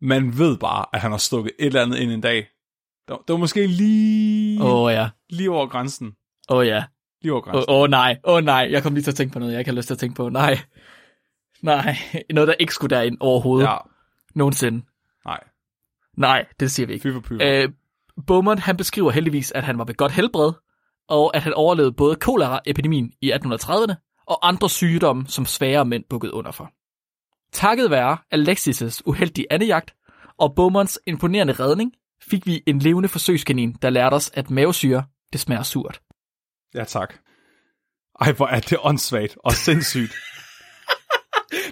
[SPEAKER 1] man ved bare, at han har stukket et eller andet ind en dag. Det var, det var måske lige,
[SPEAKER 2] Åh
[SPEAKER 1] oh.
[SPEAKER 2] oh, ja,
[SPEAKER 1] lige over grænsen.
[SPEAKER 2] åh oh, ja.
[SPEAKER 1] Lige over
[SPEAKER 2] Åh
[SPEAKER 1] grænsen.
[SPEAKER 2] oh, oh, nej, åh oh, nej, jeg kom lige til at tænke på noget, jeg ikke har lyst til at tænke på. Nej, nej, noget der ikke skulle derind overhovedet. Ja.
[SPEAKER 1] Ja,
[SPEAKER 2] Nogensinde.
[SPEAKER 1] nej.
[SPEAKER 2] Nej, det siger vi ikke.
[SPEAKER 1] Fy for pyre.
[SPEAKER 2] Øh, Beaumont, han beskriver heldigvis, at han var ved godt helbred, og at han overlevede både koleraepidemien i 1830'erne og andre sygdomme, som svære mænd bukkede under for. Takket være Alexis' uheldige andejagt og Beaumonts imponerende redning, fik vi en levende forsøgskanin, der lærte os, at mavesyre, det smager surt.
[SPEAKER 1] Ja, tak. Ej, hvor er det åndssvagt og
[SPEAKER 2] (laughs)
[SPEAKER 1] sindssygt.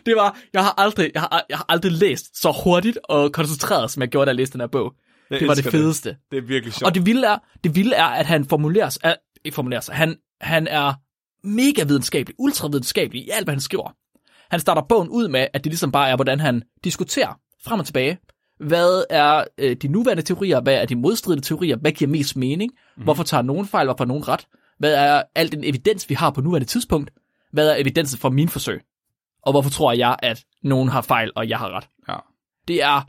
[SPEAKER 2] Det var, jeg har aldrig, jeg har, jeg har aldrig læst så hurtigt og koncentreret, som jeg gjorde, da jeg læste den her bog.
[SPEAKER 1] Jeg
[SPEAKER 2] Det var det
[SPEAKER 1] elsker
[SPEAKER 2] fedeste.
[SPEAKER 1] Det, det er virkelig sjovt.
[SPEAKER 2] Og det vilde er, det vilde er at han formuleres, er, ikke formuleres, han, han er mega videnskabelig, ultra videnskabelig i alt, hvad han skriver. Han starter bogen ud med, at det ligesom bare er, hvordan han diskuterer frem og tilbage. Hvad er øh, de nuværende teorier? Hvad er de modstridende teorier? Hvad giver mest mening?
[SPEAKER 1] Mhm.
[SPEAKER 2] Mm. Hvorfor tager nogen fejl? Hvorfor nogen ret? Hvad er al den evidens, vi har på nuværende tidspunkt? Hvad er evidensen for mine forsøg? Og hvorfor tror jeg, at nogen har fejl, og jeg har ret?
[SPEAKER 1] Ja.
[SPEAKER 2] Det er,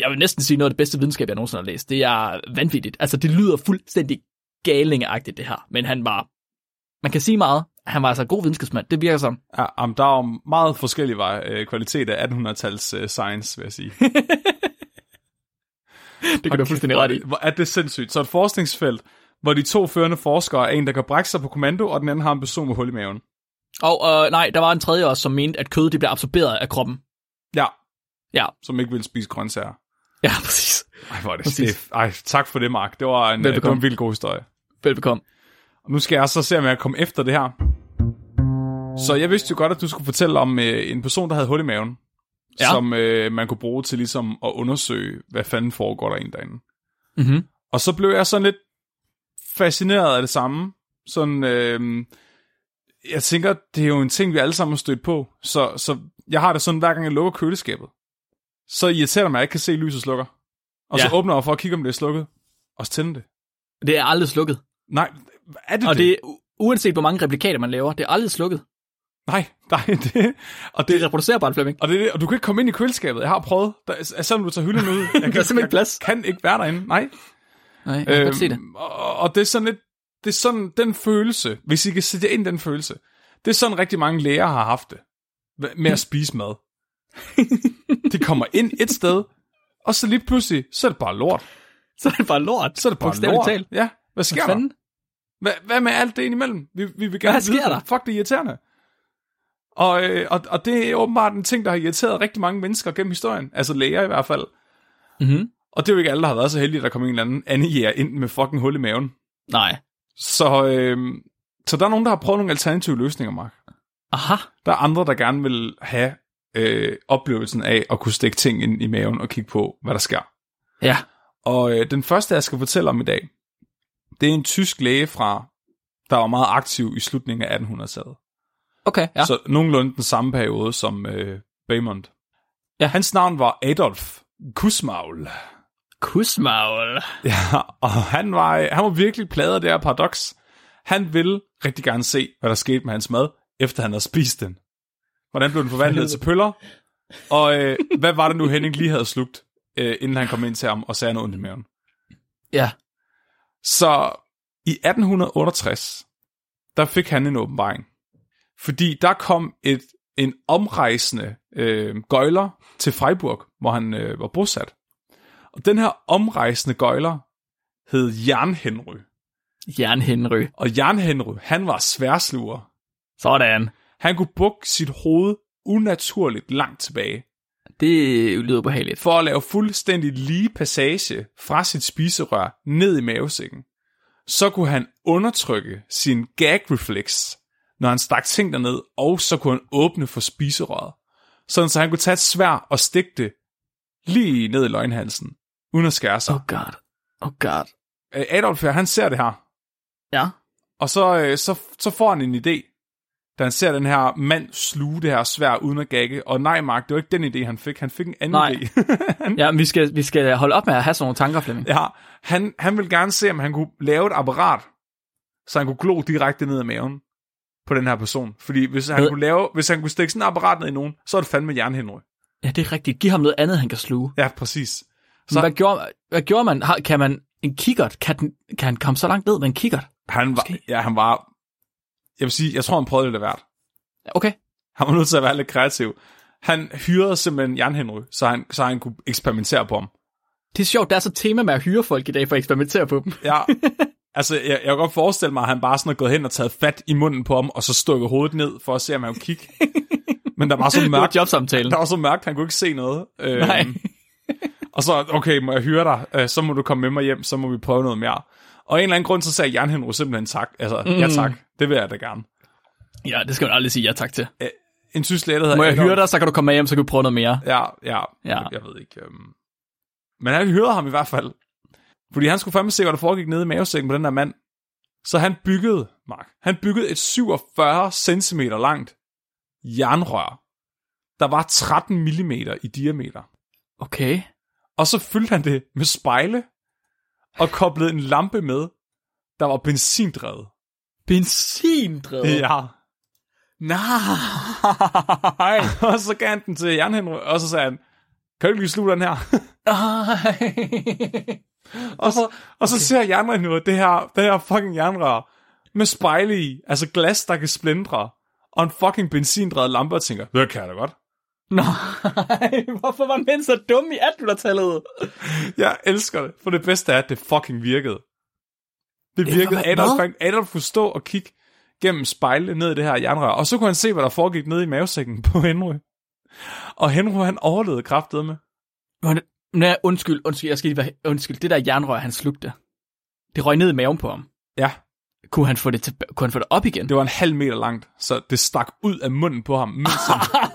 [SPEAKER 2] jeg vil næsten sige, noget af det bedste videnskab, jeg nogensinde har læst. Det er vanvittigt. Altså, det lyder fuldstændig galingeagtigt, det her. Men han var, man kan sige meget, han var altså en god videnskabsmand. Det virker som.
[SPEAKER 1] Ja, jamen, der er jo meget forskellige veje, øh, kvalitet af 1800-tals øh, science, vil jeg
[SPEAKER 2] (laughs)
[SPEAKER 1] sige.
[SPEAKER 2] Det kan du fuldstændig ret i.
[SPEAKER 1] Hvor er det sindssygt. Så et forskningsfelt, hvor de to førende forskere er en, der kan brække sig på kommando, og den anden har en person med hul i maven.
[SPEAKER 2] Og øh, nej, der var en tredje også, som mente, at kød det bliver absorberet af kroppen.
[SPEAKER 1] Ja.
[SPEAKER 2] Ja.
[SPEAKER 1] Som ikke vil spise grøntsager.
[SPEAKER 2] Ja, (laughs) præcis.
[SPEAKER 1] Ej, hvor er det,
[SPEAKER 2] Præcis.
[SPEAKER 1] det Ej, tak for det, Mark. Det var en, øh, det var
[SPEAKER 2] Velbekomme.
[SPEAKER 1] en vild god historie.
[SPEAKER 2] Velbekomme.
[SPEAKER 1] Og nu skal jeg så se, om jeg kan komme efter det her. Så jeg vidste jo godt, at du skulle fortælle om øh, en person, der havde hul i maven, ja.
[SPEAKER 2] Ja.
[SPEAKER 1] som øh, man kunne bruge til ligesom at undersøge, hvad fanden foregår der egentlig derinde.
[SPEAKER 2] Mm-hmm.
[SPEAKER 1] Og så blev jeg sådan lidt fascineret af det samme. Sådan, øh, jeg tænker, det er jo en ting, vi alle sammen har stødt på. Så, så jeg har det sådan, hver gang jeg lukker køleskabet, så irriterer det mig, at jeg ikke kan se, at lyset slukker. Og ja. så
[SPEAKER 2] Ja.
[SPEAKER 1] åbner jeg for at kigge, om det er slukket. Og så tænder det.
[SPEAKER 2] Det er aldrig slukket.
[SPEAKER 1] Nej, er det
[SPEAKER 2] Og
[SPEAKER 1] det?
[SPEAKER 2] det, u- uanset hvor mange replikater man laver, det er aldrig slukket.
[SPEAKER 1] Nej, nej, (laughs) det... Og
[SPEAKER 2] Det
[SPEAKER 1] det,
[SPEAKER 2] reproducerer bare Flemming.
[SPEAKER 1] og, det, er det, og du kan ikke komme ind i køleskabet. Jeg har prøvet. Der, er- selvom du tager hylden
[SPEAKER 2] (laughs)
[SPEAKER 1] ud. Jeg kan,
[SPEAKER 2] simpelthen ikke plads. Øhm,
[SPEAKER 1] Jeg kan ikke være derinde. Nej.
[SPEAKER 2] Nej, jeg kan godt se det.
[SPEAKER 1] Øhm, Og, og det er sådan lidt, det er sådan den følelse, hvis I kan sætte jer ind i den følelse, det er sådan rigtig mange læger har haft det, hva- med at spise
[SPEAKER 2] (laughs)
[SPEAKER 1] mad. det kommer ind et sted, og så lige pludselig, så er det bare lort.
[SPEAKER 2] Så er det bare lort.
[SPEAKER 1] Så er det bare lort.
[SPEAKER 2] Talt.
[SPEAKER 1] Ja, hvad sker
[SPEAKER 2] Hvad
[SPEAKER 1] hvad der?
[SPEAKER 2] fanden?
[SPEAKER 1] Hvad, hvad med alt det indimellem? Vi, vi vil gerne
[SPEAKER 2] Hvad sker
[SPEAKER 1] vide, det.
[SPEAKER 2] der?
[SPEAKER 1] Fuck, det er irriterende. Og, øh, og, og det er åbenbart en ting, der har irriteret rigtig mange mennesker gennem historien. Altså læger i hvert fald.
[SPEAKER 2] Mm-hmm.
[SPEAKER 1] Og det er jo ikke alle, der har været så heldige, at der kom en eller anden andejæger ind med fucking hul i maven.
[SPEAKER 2] Nej.
[SPEAKER 1] Så, øh, så der er nogen, der har prøvet nogle alternative løsninger, Mark.
[SPEAKER 2] Aha.
[SPEAKER 1] Der er andre, der gerne vil have øh, oplevelsen af at kunne stikke ting ind i maven og kigge på, hvad der sker.
[SPEAKER 2] Ja.
[SPEAKER 1] Og øh, den første, jeg skal fortælle om i dag, det er en tysk læge fra, der var meget aktiv i slutningen af 1800-tallet.
[SPEAKER 2] Okay, ja.
[SPEAKER 1] Ja. Så nogenlunde den samme periode som øh, Baymont.
[SPEAKER 2] Ja.
[SPEAKER 1] Hans navn var Adolf Kusmaul.
[SPEAKER 2] Kusmavl.
[SPEAKER 1] Ja, og han var, øh, han var virkelig pladet af det her paradoks. Han ville rigtig gerne se, hvad der skete med hans mad, efter han havde spist den. Hvordan blev den forvandlet til pøller? Og øh, hvad var det nu, Henning lige havde slugt, øh, inden han kom ind til ham og sagde noget ondt i maven?
[SPEAKER 2] Ja.
[SPEAKER 1] Så i 1868, der fik han en åbenbaring. Fordi der kom et, en omrejsende øh, gøjler til Freiburg, hvor han øh, var bosat. Og den her omrejsende gøjler hed Jan Henry.
[SPEAKER 2] Jernhenry.
[SPEAKER 1] Og Jan Henry, han var sværsluger.
[SPEAKER 2] Sådan.
[SPEAKER 1] Han kunne bukke sit hoved unaturligt langt tilbage,
[SPEAKER 2] Det lyder ubehageligt.
[SPEAKER 1] for at lave fuldstændig lige passage fra sit spiserør ned i mavesækken. så kunne han undertrykke sin gag reflex, når han stak ting derned, og så kunne han åbne for spiserøret. Sådan så han kunne tage et svær og stikke det lige ned i løgnhalsen, uden at skære sig.
[SPEAKER 2] Oh god. Oh god.
[SPEAKER 1] Øh, Adolf her, han ser det her,
[SPEAKER 2] Ja.
[SPEAKER 1] og så, øh, så, så får han en idé, da han ser den her mand sluge det her svær uden at gagge. Og nej, Mark, det var ikke den idé, han fik. Han fik en anden
[SPEAKER 2] Nej.
[SPEAKER 1] idé.
[SPEAKER 2] Ja, men vi skal, vi skal holde op med at have sådan nogle tanker, Flemming.
[SPEAKER 1] ja, han, han ville gerne se, om han kunne lave et apparat, så han kunne glo direkte ned i maven på den her person. Fordi hvis han,
[SPEAKER 2] Ved-
[SPEAKER 1] kunne, lave, hvis han kunne stikke sådan et apparat ned i nogen, så er det fandme jernhenry.
[SPEAKER 2] Ja, det er rigtigt. Giv ham noget andet, han kan sluge.
[SPEAKER 1] Ja, præcis. Så-
[SPEAKER 2] Så... Hvad, gjorde, hvad gjorde man? Har- Kan man en kikkert? Kan, den, kan han komme så langt ned med en kikkert?
[SPEAKER 1] Han var,
[SPEAKER 2] Måske.
[SPEAKER 1] ja, han var, jeg vil sige, jeg tror, han prøvede det lidt værd.
[SPEAKER 2] Ja, Okay.
[SPEAKER 1] Han var nødt til at være lidt kreativ. Han hyrede simpelthen Jan Henry, så han, så han kunne eksperimentere på ham.
[SPEAKER 2] Det er sjovt, der er så et tema med at hyre folk i dag for at eksperimentere på dem. (laughs)
[SPEAKER 1] Ja, altså, jeg, jeg kan godt forestille mig, at han bare sådan er gået hen og taget fat i munden på ham, og så stukket hovedet ned for at se, om han kunne kigge. Men der var
[SPEAKER 2] (laughs)
[SPEAKER 1] så
[SPEAKER 2] Det var
[SPEAKER 1] mørkt,
[SPEAKER 2] jobsamtalen. Øh,
[SPEAKER 1] der var så mørkt, han kunne ikke se noget. Øhm,
[SPEAKER 2] Nej.
[SPEAKER 1] (laughs) Og så, okay, må jeg hyre dig? Øh, så må du komme med mig hjem, så må vi prøve noget mere. Og af en eller anden grund, så sagde Jan Henry simpelthen tak. Altså, mm.
[SPEAKER 2] Mhm.
[SPEAKER 1] ja tak, det vil jeg da gerne.
[SPEAKER 2] Ja, det skal man aldrig sige ja tak til.
[SPEAKER 1] En syslætter hedder
[SPEAKER 2] Må jeg
[SPEAKER 1] Adolf.
[SPEAKER 2] hyre dig, så kan du komme med hjem, så kan vi prøve noget mere.
[SPEAKER 1] Ja, ja, ja.
[SPEAKER 2] Ja.
[SPEAKER 1] Jeg, jeg ved ikke. Øhm. Men han hørte ham i hvert fald. Fordi han skulle fandme se, hvad der foregik nede i mavesækken på den der mand. Så han byggede, Mark, han byggede et 47 cm langt jernrør, der var 13 mm i diameter.
[SPEAKER 2] Okay.
[SPEAKER 1] Og så fyldte han det med spejle, og koblede en lampe med, der var benzindrevet.
[SPEAKER 2] Benzindrevet.
[SPEAKER 1] Ja.
[SPEAKER 2] (laughs) Nej.
[SPEAKER 1] Og så gav han den til jernhenry, og så sagde han, kan du ikke lige sluge den (laughs) her?
[SPEAKER 2] (laughs) Nej.
[SPEAKER 1] Og så, og så okay. ser jernrøret det her, det her fucking jernrør med spejle i, altså glas, der kan splindre, og en fucking benzindrevet lampe, og tænker, det kan jeg da godt.
[SPEAKER 2] Nej, hvorfor var mænd så dumme i 1800-tallet?
[SPEAKER 1] Jeg elsker det, for det bedste er, at det fucking virkede. Det
[SPEAKER 2] Ja,
[SPEAKER 1] virkede.
[SPEAKER 2] hvad-
[SPEAKER 1] Adolf,
[SPEAKER 2] hvad?
[SPEAKER 1] Frank, Adolf kunne stå og kigge gennem spejle ned i det her jernrør, og så kunne han se, hvad der foregik nede i mavesækken på Henry. Og Henry, han overlevede kraftet med.
[SPEAKER 2] Nej, undskyld, undskyld, jeg skal lige være, undskyld. Det der jernrør, han slugte, det røg ned i maven på ham.
[SPEAKER 1] Ja,
[SPEAKER 2] Kunne han få det, til, kunne han få det op igen?
[SPEAKER 1] det var en halv meter langt, så det stak ud af munden på ham, mens han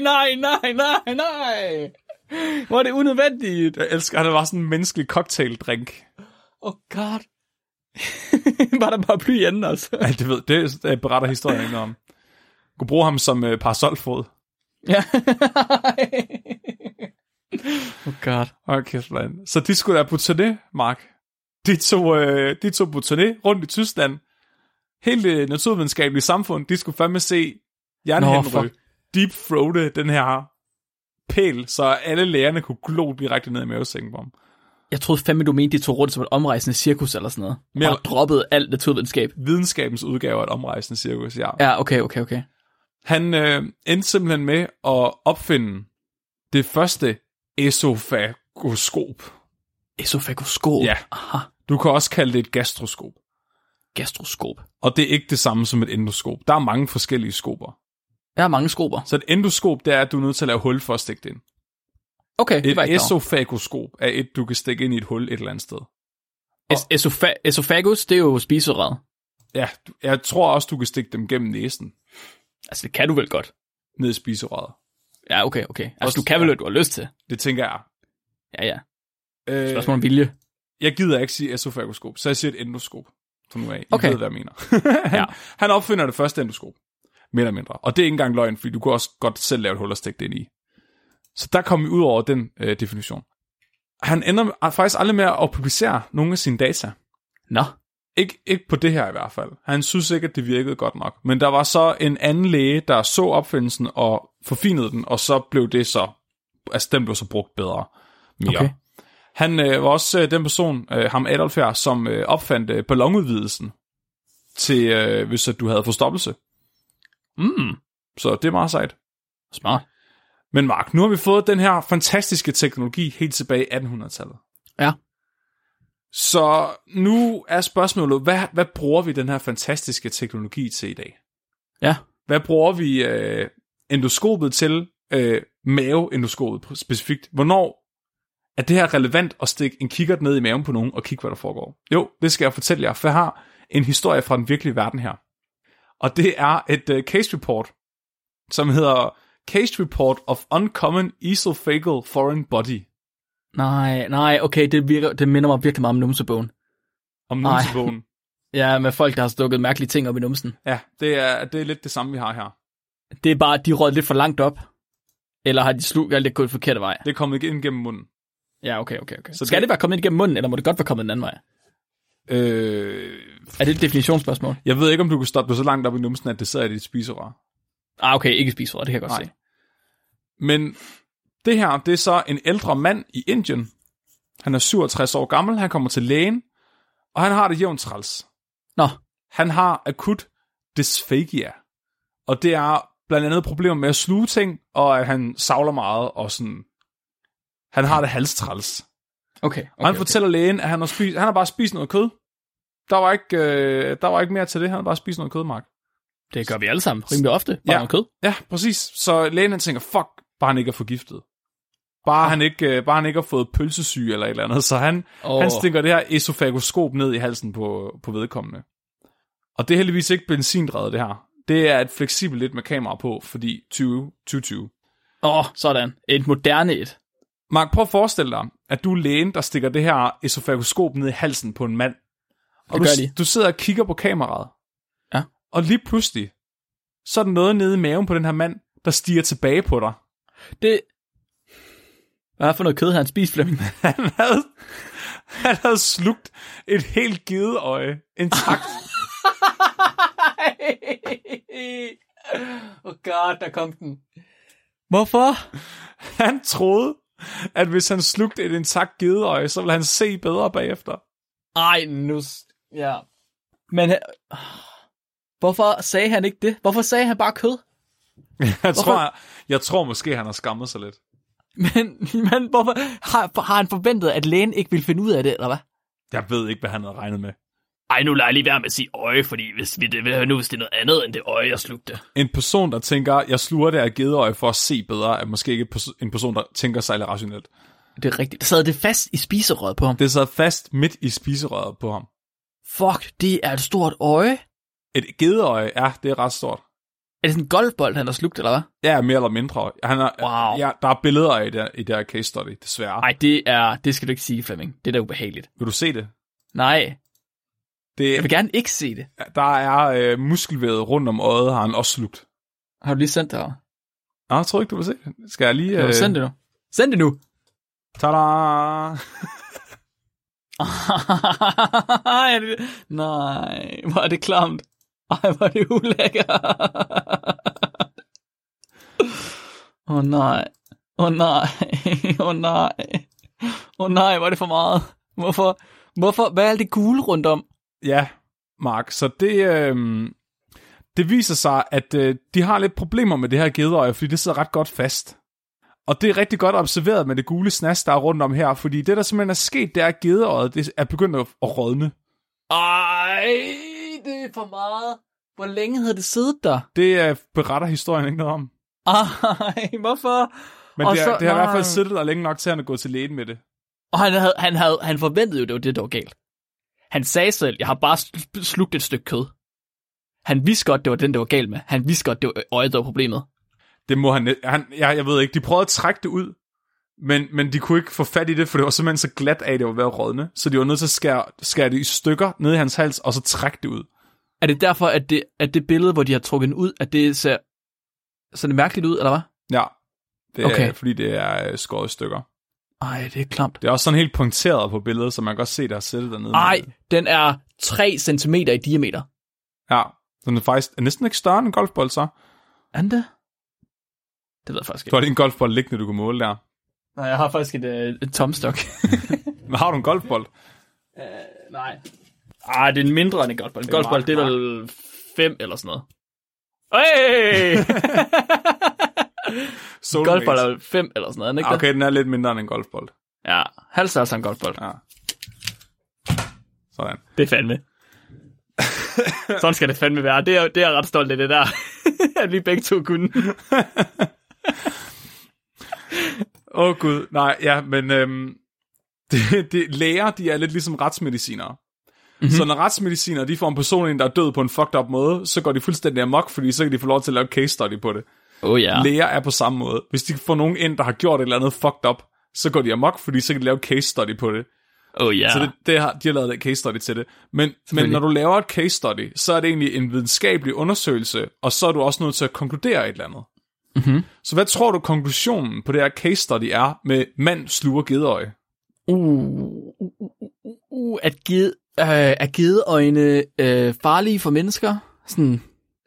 [SPEAKER 2] Nej, nej, nej, nej, nej. Hvor er det unødvendigt.
[SPEAKER 1] jeg elsker, at det var sådan en menneskelig cocktaildrink.
[SPEAKER 2] Oh god. (laughs) var der bare bly i enden, altså.
[SPEAKER 1] Ja, det ved, det øh, beretter historien ikke noget om. Kunne bruge ham som øh, parasolfod.
[SPEAKER 2] (laughs) Ja. oh god.
[SPEAKER 1] Og kæft, mand. Så de skulle da på turné, Mark. De tog, øh, de tog på turné rundt i Tyskland. Hele det naturvidenskabelige samfund, de skulle fandme se jernhænderøg
[SPEAKER 2] fuck.
[SPEAKER 1] deep throate den her pæl, så alle lærerne kunne glo direkte ned i mavesækken på ham.
[SPEAKER 2] Jeg troede fandme, du mente, de tog rundt som et omrejsende cirkus eller sådan noget.
[SPEAKER 1] Men
[SPEAKER 2] Bare
[SPEAKER 1] jeg-
[SPEAKER 2] droppede alt naturvidenskab.
[SPEAKER 1] Videnskabens udgave af et omrejsende cirkus, ja.
[SPEAKER 2] Ja, okay, okay, okay.
[SPEAKER 1] Han øh, endte simpelthen med at opfinde det første esofagoskop.
[SPEAKER 2] Esofagoskop.
[SPEAKER 1] Ja.
[SPEAKER 2] Aha,
[SPEAKER 1] Du kan også kalde det et gastroskop.
[SPEAKER 2] gastroskop.
[SPEAKER 1] Og det er ikke det samme som et endoskop. Der er mange forskellige skoper.
[SPEAKER 2] Der er mange skoper.
[SPEAKER 1] Så et endoskop, det er, at du er nødt til at lave hul for at stikke det ind.
[SPEAKER 2] Okay, det var
[SPEAKER 1] Et
[SPEAKER 2] ikke klar over.
[SPEAKER 1] esofagoskop er et, du kan stikke ind i et hul et eller andet sted.
[SPEAKER 2] Es- esofa- Esofagus, det er jo spiserøret.
[SPEAKER 1] Ja, du- jeg tror også, du kan stikke dem gennem næsen
[SPEAKER 2] Altså, det kan du vel godt.
[SPEAKER 1] ned i spiserøret.
[SPEAKER 2] Ja, okay, okay.
[SPEAKER 1] Også-
[SPEAKER 2] Altså, du kan vel,
[SPEAKER 1] ja.
[SPEAKER 2] hvad du har lyst til.
[SPEAKER 1] Det tænker jeg.
[SPEAKER 2] Ja, ja.
[SPEAKER 1] Øh,
[SPEAKER 2] Spørgsmål om vilje.
[SPEAKER 1] jeg gider ikke sige esofagoskop, så jeg siger et endoskop. For nu af. I okay.
[SPEAKER 2] Okay.
[SPEAKER 1] ved, hvad jeg mener. han, ja.
[SPEAKER 2] Ja.
[SPEAKER 1] han opfinder det første endoskop. Mere eller mindre. Og det er ikke engang løgn, fordi du kunne også godt selv lave et hul og stikke det ind i. Så der kom vi ud over den øh, definition. Han ender med- faktisk aldrig med at publicere nogle af sine data.
[SPEAKER 2] Nå.
[SPEAKER 1] Ikke, ikke på det her i hvert fald. Han synes ikke, at det virkede godt nok. Men der var så en anden læge, der så opfindelsen og forfinede den, og så blev det så... Altså, den blev så brugt bedre. Mere. Okay.
[SPEAKER 2] Okay.
[SPEAKER 1] Han øh, var også øh, den person, øh, ham Adolf her, som øh, opfandt øh, ballonudvidelsen til, øh, hvis at du havde forstoppelse.
[SPEAKER 2] Mm,
[SPEAKER 1] Så det er meget sejt.
[SPEAKER 2] smart.
[SPEAKER 1] Men Mark, nu har vi fået den her fantastiske teknologi helt tilbage i 1800-tallet.
[SPEAKER 2] Ja.
[SPEAKER 1] Så nu er spørgsmålet, hvad, hvad bruger vi den her fantastiske teknologi til i dag?
[SPEAKER 2] Ja.
[SPEAKER 1] Hvad bruger vi øh, endoskopet til, øh, maveendoskopet specifikt? Hvornår er det her relevant at stikke en kikkert ned i maven på nogen og kigge, hvad der foregår? Jo, det skal jeg fortælle jer, for jeg har en historie fra den virkelige verden her. Og det er et uh, case report, som hedder Case Report of Uncommon Esophageal Foreign Body
[SPEAKER 2] Nej, nej, okay, det, virker, det minder mig virkelig meget om numsebogen.
[SPEAKER 1] om
[SPEAKER 2] Nej.
[SPEAKER 1] numsebogen.
[SPEAKER 2] Ja, med folk, der har stukket mærkelige ting op i numsen.
[SPEAKER 1] Ja, det er, det er lidt det samme, vi har her.
[SPEAKER 2] Det er bare, at de rød lidt for langt op. Eller har de slugt alt det gået forkerte vej?
[SPEAKER 1] Det er kommet ind gennem munden.
[SPEAKER 2] Ja, okay, okay, okay.
[SPEAKER 1] Så
[SPEAKER 2] Så skal
[SPEAKER 1] det-
[SPEAKER 2] det... det være kommet ind igennem munden, eller må det godt være kommet den anden vej?
[SPEAKER 1] Øh,
[SPEAKER 2] Er det et definitionsspørgsmål?
[SPEAKER 1] jeg ved ikke, om du kan stoppe det så langt op i numsen, at det sidder i dit spiserør.
[SPEAKER 2] Ah, okay, ikke spiserød, det kan jeg godt
[SPEAKER 1] Nej.
[SPEAKER 2] se.
[SPEAKER 1] Men det her, det er så en ældre mand i Indien. Han er 67 år gammel, han kommer til lægen, og han har det jævnt træls.
[SPEAKER 2] Nå,
[SPEAKER 1] Han har akut dysphagia, og det er blandt andet problemer med at sluge ting, og at han savler meget, og sådan... Han har det halstræls.
[SPEAKER 2] okay,
[SPEAKER 1] Okay,
[SPEAKER 2] okay,
[SPEAKER 1] han
[SPEAKER 2] okay.
[SPEAKER 1] fortæller lægen, at han har, spist, han har bare spist noget kød. Der var, ikke, øh, der var ikke mere til det, han har bare spist noget kød, Mark.
[SPEAKER 2] Det gør vi alle sammen rimelig ofte. Bare
[SPEAKER 1] Ja.
[SPEAKER 2] ja. noget kød.
[SPEAKER 1] Ja, præcis. Så lægen han tænker, fuck, bare han ikke er forgiftet.
[SPEAKER 2] Ah.
[SPEAKER 1] Bare han ikke, øh, bare han ikke har fået pølsesyge eller et eller andet. Så han, oh.
[SPEAKER 2] Åh.
[SPEAKER 1] han stinker det her esofagoskop ned i halsen på, på vedkommende. Og det er heldigvis ikke benzindrevet, det her. Det er et fleksibelt lidt med kamera på, fordi 20, 2020.
[SPEAKER 2] Åh, oh, sådan. Et moderne et.
[SPEAKER 1] Mark, prøv at forestille dig, at du er lægen, der stikker det her esofagoskop ned i halsen på en mand. Og
[SPEAKER 2] Det
[SPEAKER 1] du,
[SPEAKER 2] gør de.
[SPEAKER 1] du sidder og kigger på kameraet.
[SPEAKER 2] Ja.
[SPEAKER 1] Og lige pludselig, så er der noget nede i maven på den her mand, der stiger tilbage på dig. (laughs)
[SPEAKER 2] Det... Hvad for noget kød har han spist, (laughs) Flemming?
[SPEAKER 1] Han havde, han havde slugt et helt gideøje
[SPEAKER 2] (laughs)
[SPEAKER 1] intakt.
[SPEAKER 2] oh god, der kom den. Hvorfor?
[SPEAKER 1] (laughs) Han troede, at hvis han slugte et intakt gideøje, så ville han se bedre bagefter. (laughs)
[SPEAKER 2] Ej, nu... s- Ja. Men... han- Hvorfor sagde han ikke det? Hvorfor sagde han bare kød? (laughs)
[SPEAKER 1] Jeg tror, jeg, jeg tror måske, han har skammet sig lidt.
[SPEAKER 2] Men, men hvorfor har, har han forventet, at lægen ikke ville finde ud af det, eller hvad?
[SPEAKER 1] Jeg ved ikke, hvad han havde regnet med.
[SPEAKER 2] Ej, nu lader jeg lige være med at sige øje, fordi hvis vi det vil nu, hvis det er noget andet end det øje, jeg slugte.
[SPEAKER 1] En person, der tænker, jeg sluger det af gideøje for at se bedre, er måske ikke pers- en person, der tænker sig lidt rationelt.
[SPEAKER 2] Det er rigtigt. Sad det fast i spiserøret på ham?
[SPEAKER 1] Det sad fast midt i spiserøret på ham.
[SPEAKER 2] Fuck, det er et stort øje.
[SPEAKER 1] Et gideøje, ja, det er ret stort.
[SPEAKER 2] Er det sådan en golfbold, han har slugt, eller hvad?
[SPEAKER 1] Ja, mere eller mindre. Han er,
[SPEAKER 2] Wow.
[SPEAKER 1] ja, der er billeder af i det, i det her case study, desværre.
[SPEAKER 2] Nej, det er... Det skal du ikke sige, Flemming. Det er da ubehageligt.
[SPEAKER 1] Vil du se det?
[SPEAKER 2] Nej,
[SPEAKER 1] Det,
[SPEAKER 2] jeg vil gerne ikke se det.
[SPEAKER 1] Der er øh, muskelvævet rundt om øjet, har han også slugt.
[SPEAKER 2] Har du lige sendt det her?
[SPEAKER 1] Nå, jeg tror ikke, du vil se det. Skal jeg lige... øh,
[SPEAKER 2] Kan du sende det nu? Øh, Send det nu!
[SPEAKER 1] Tada!
[SPEAKER 2] Ej, (laughs) er det... Nej, hvor er det klamt. Ej, hvor er det ulækkert. Åh oh, nej. Åh oh, nej. Åh oh, nej. Åh oh, nej, hvor er det for meget. Hvorfor? Hvorfor? Hvad er alt det gule rundt om?
[SPEAKER 1] Ja, Mark. Så det... Øh, det viser sig, at øh, de har lidt problemer med det her gedøje, fordi det sidder ret godt fast. Og det er rigtig godt observeret med det gule snas, der er rundt om her, fordi det, der simpelthen er sket, det er, at gedøjet det er begyndt at at rådne.
[SPEAKER 2] Ej, det er for meget. Hvor længe havde det siddet der?
[SPEAKER 1] Det øh, beretter historien ikke noget om.
[SPEAKER 2] Ej, hvorfor?
[SPEAKER 1] Men
[SPEAKER 2] Og
[SPEAKER 1] det, så,
[SPEAKER 2] så-
[SPEAKER 1] det har i hvert fald
[SPEAKER 2] nej.
[SPEAKER 1] siddet der længe nok til, at han er gået til lægen med det.
[SPEAKER 2] Og han, havde, han, havde, han forventede jo, det var det, der var galt. Han sagde selv, jeg har bare sl- slugt et stykke kød. Han vidste godt, det var den, der var galt med. Han vidste godt, det var øh, øjet, der var problemet.
[SPEAKER 1] Det må han, han jeg, jeg ved ikke, de prøvede at trække det ud, men, men de kunne ikke få fat i det, for det var simpelthen så glat af, at det var ved at rådne. Så de var nødt til at skære, skære det i stykker ned i hans hals, og så trække det ud.
[SPEAKER 2] Er det derfor, at det, at det billede, hvor de har trukket den ud, at det ser, ser det mærkeligt ud, eller hvad?
[SPEAKER 1] Ja, det er, okay.
[SPEAKER 2] Okay.
[SPEAKER 1] fordi det er øh, skåret i stykker.
[SPEAKER 2] Ej, det er klamt.
[SPEAKER 1] Det er også sådan helt punkteret på billedet, så man kan godt se, der er sættet dernede.
[SPEAKER 2] Ej, den er 3 cm i diameter.
[SPEAKER 1] Ja, den er faktisk er næsten ikke større end en golfbold, så.
[SPEAKER 2] Er den det? Det ved jeg faktisk
[SPEAKER 1] Du
[SPEAKER 2] ikke.
[SPEAKER 1] har lige en golfbold liggende, du kan måle der.
[SPEAKER 2] Nej, jeg har faktisk et, øh, et tomstok.
[SPEAKER 1] Men har du en golfbold?
[SPEAKER 2] Nej. Ej, Ah, det er en mindre end en golfbold. En
[SPEAKER 1] er
[SPEAKER 2] golfbold,
[SPEAKER 1] meget-
[SPEAKER 2] det er vel fem eller sådan noget. Hey!
[SPEAKER 1] Soulmate.
[SPEAKER 2] golfbold er vel fem eller sådan noget, er den ikke
[SPEAKER 1] Ah, Okay, den er lidt mindre end en golfbold.
[SPEAKER 2] det? Ja, halvstørrelse er en golfbold.
[SPEAKER 1] Ja. Sådan.
[SPEAKER 2] Det er fandme. sådan skal det fandme være. Det er, det er jeg ret stolt af det der, (laughs) at vi begge to kunne.
[SPEAKER 1] Åh oh, gud, nej, ja, men øhm, (laughs) det, det, læger, de er lidt ligesom retsmedicinere. Mm-hmm. Så når retsmedicinere, de får en person ind, der er død på en fucked up måde, så går de fuldstændig amok, fordi så kan de få lov til at lave case study på det.
[SPEAKER 2] Oh ja.
[SPEAKER 1] Læger er på samme måde. Hvis de får nogen ind, der har gjort et eller andet fucked up, så går de amok, fordi så kan de lave case study på det.
[SPEAKER 2] Oh ja.
[SPEAKER 1] Så det, det har, de har lavet et case study til det. Men, men når du laver et case study, så er det egentlig en videnskabelig undersøgelse, og så er du også nødt til at konkludere et eller andet.
[SPEAKER 2] Mm-hmm.
[SPEAKER 1] Så hvad tror du konklusionen på det her case study er med mand sluger gedøje?
[SPEAKER 2] Uh, uh, uh, uh, uh, at ged, øh, er gedeøjne øh, farlige for mennesker? Sådan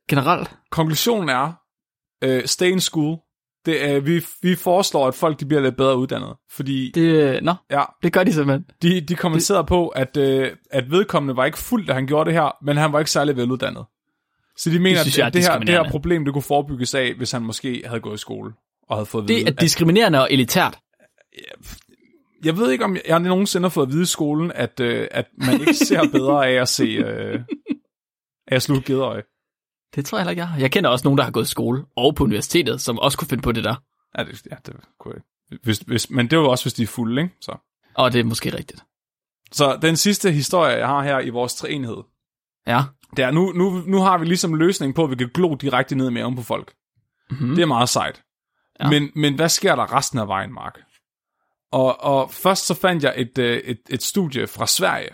[SPEAKER 2] generelt?
[SPEAKER 1] Konklusionen er, øh, stay in school. Det, er, vi, vi foreslår, at folk de bliver lidt bedre uddannet, fordi det...
[SPEAKER 2] Det, øh, nå,
[SPEAKER 1] ja,
[SPEAKER 2] det gør de simpelthen.
[SPEAKER 1] de, de kommenterede det... på, at, øh, at vedkommende var ikke fuld, da han gjorde det her, men han var ikke særlig veluddannet. Så de mener,
[SPEAKER 2] synes
[SPEAKER 1] det
[SPEAKER 2] jeg er
[SPEAKER 1] at det her, det her
[SPEAKER 2] diskriminerende.
[SPEAKER 1] problem det kunne forebygges af, hvis han måske havde gået i skole og havde fået at vide,
[SPEAKER 2] Det er diskriminerende og elitært.
[SPEAKER 1] Jeg ved ikke, om jeg, jeg nogensinde har fået at vide i skolen, at, øh, at man ikke
[SPEAKER 2] (laughs)
[SPEAKER 1] ser bedre af at se... Øh, af at sluge gedøje.
[SPEAKER 2] Det tror jeg heller ikke, jeg har. Jeg kender også nogen, der har gået i skole og på universitetet, som også kunne finde på det der.
[SPEAKER 1] Ja, det, ja, det kunne jeg ikke. Hvis, hvis, men det var også, hvis de er fulde, ikke? Så.
[SPEAKER 2] Og det er måske rigtigt.
[SPEAKER 1] så den sidste historie, jeg har her i vores treenhed,
[SPEAKER 2] Ja.
[SPEAKER 1] det er, nu, nu, nu har vi ligesom løsningen på, at vi kan glo direkte ned i maven på folk.
[SPEAKER 2] Mm-hmm.
[SPEAKER 1] Det er meget sejt.
[SPEAKER 2] Ja.
[SPEAKER 1] Ja. Men, men hvad sker der resten af vejen, Mark? Og, og først så fandt jeg et, øh, et, et studie fra Sverige,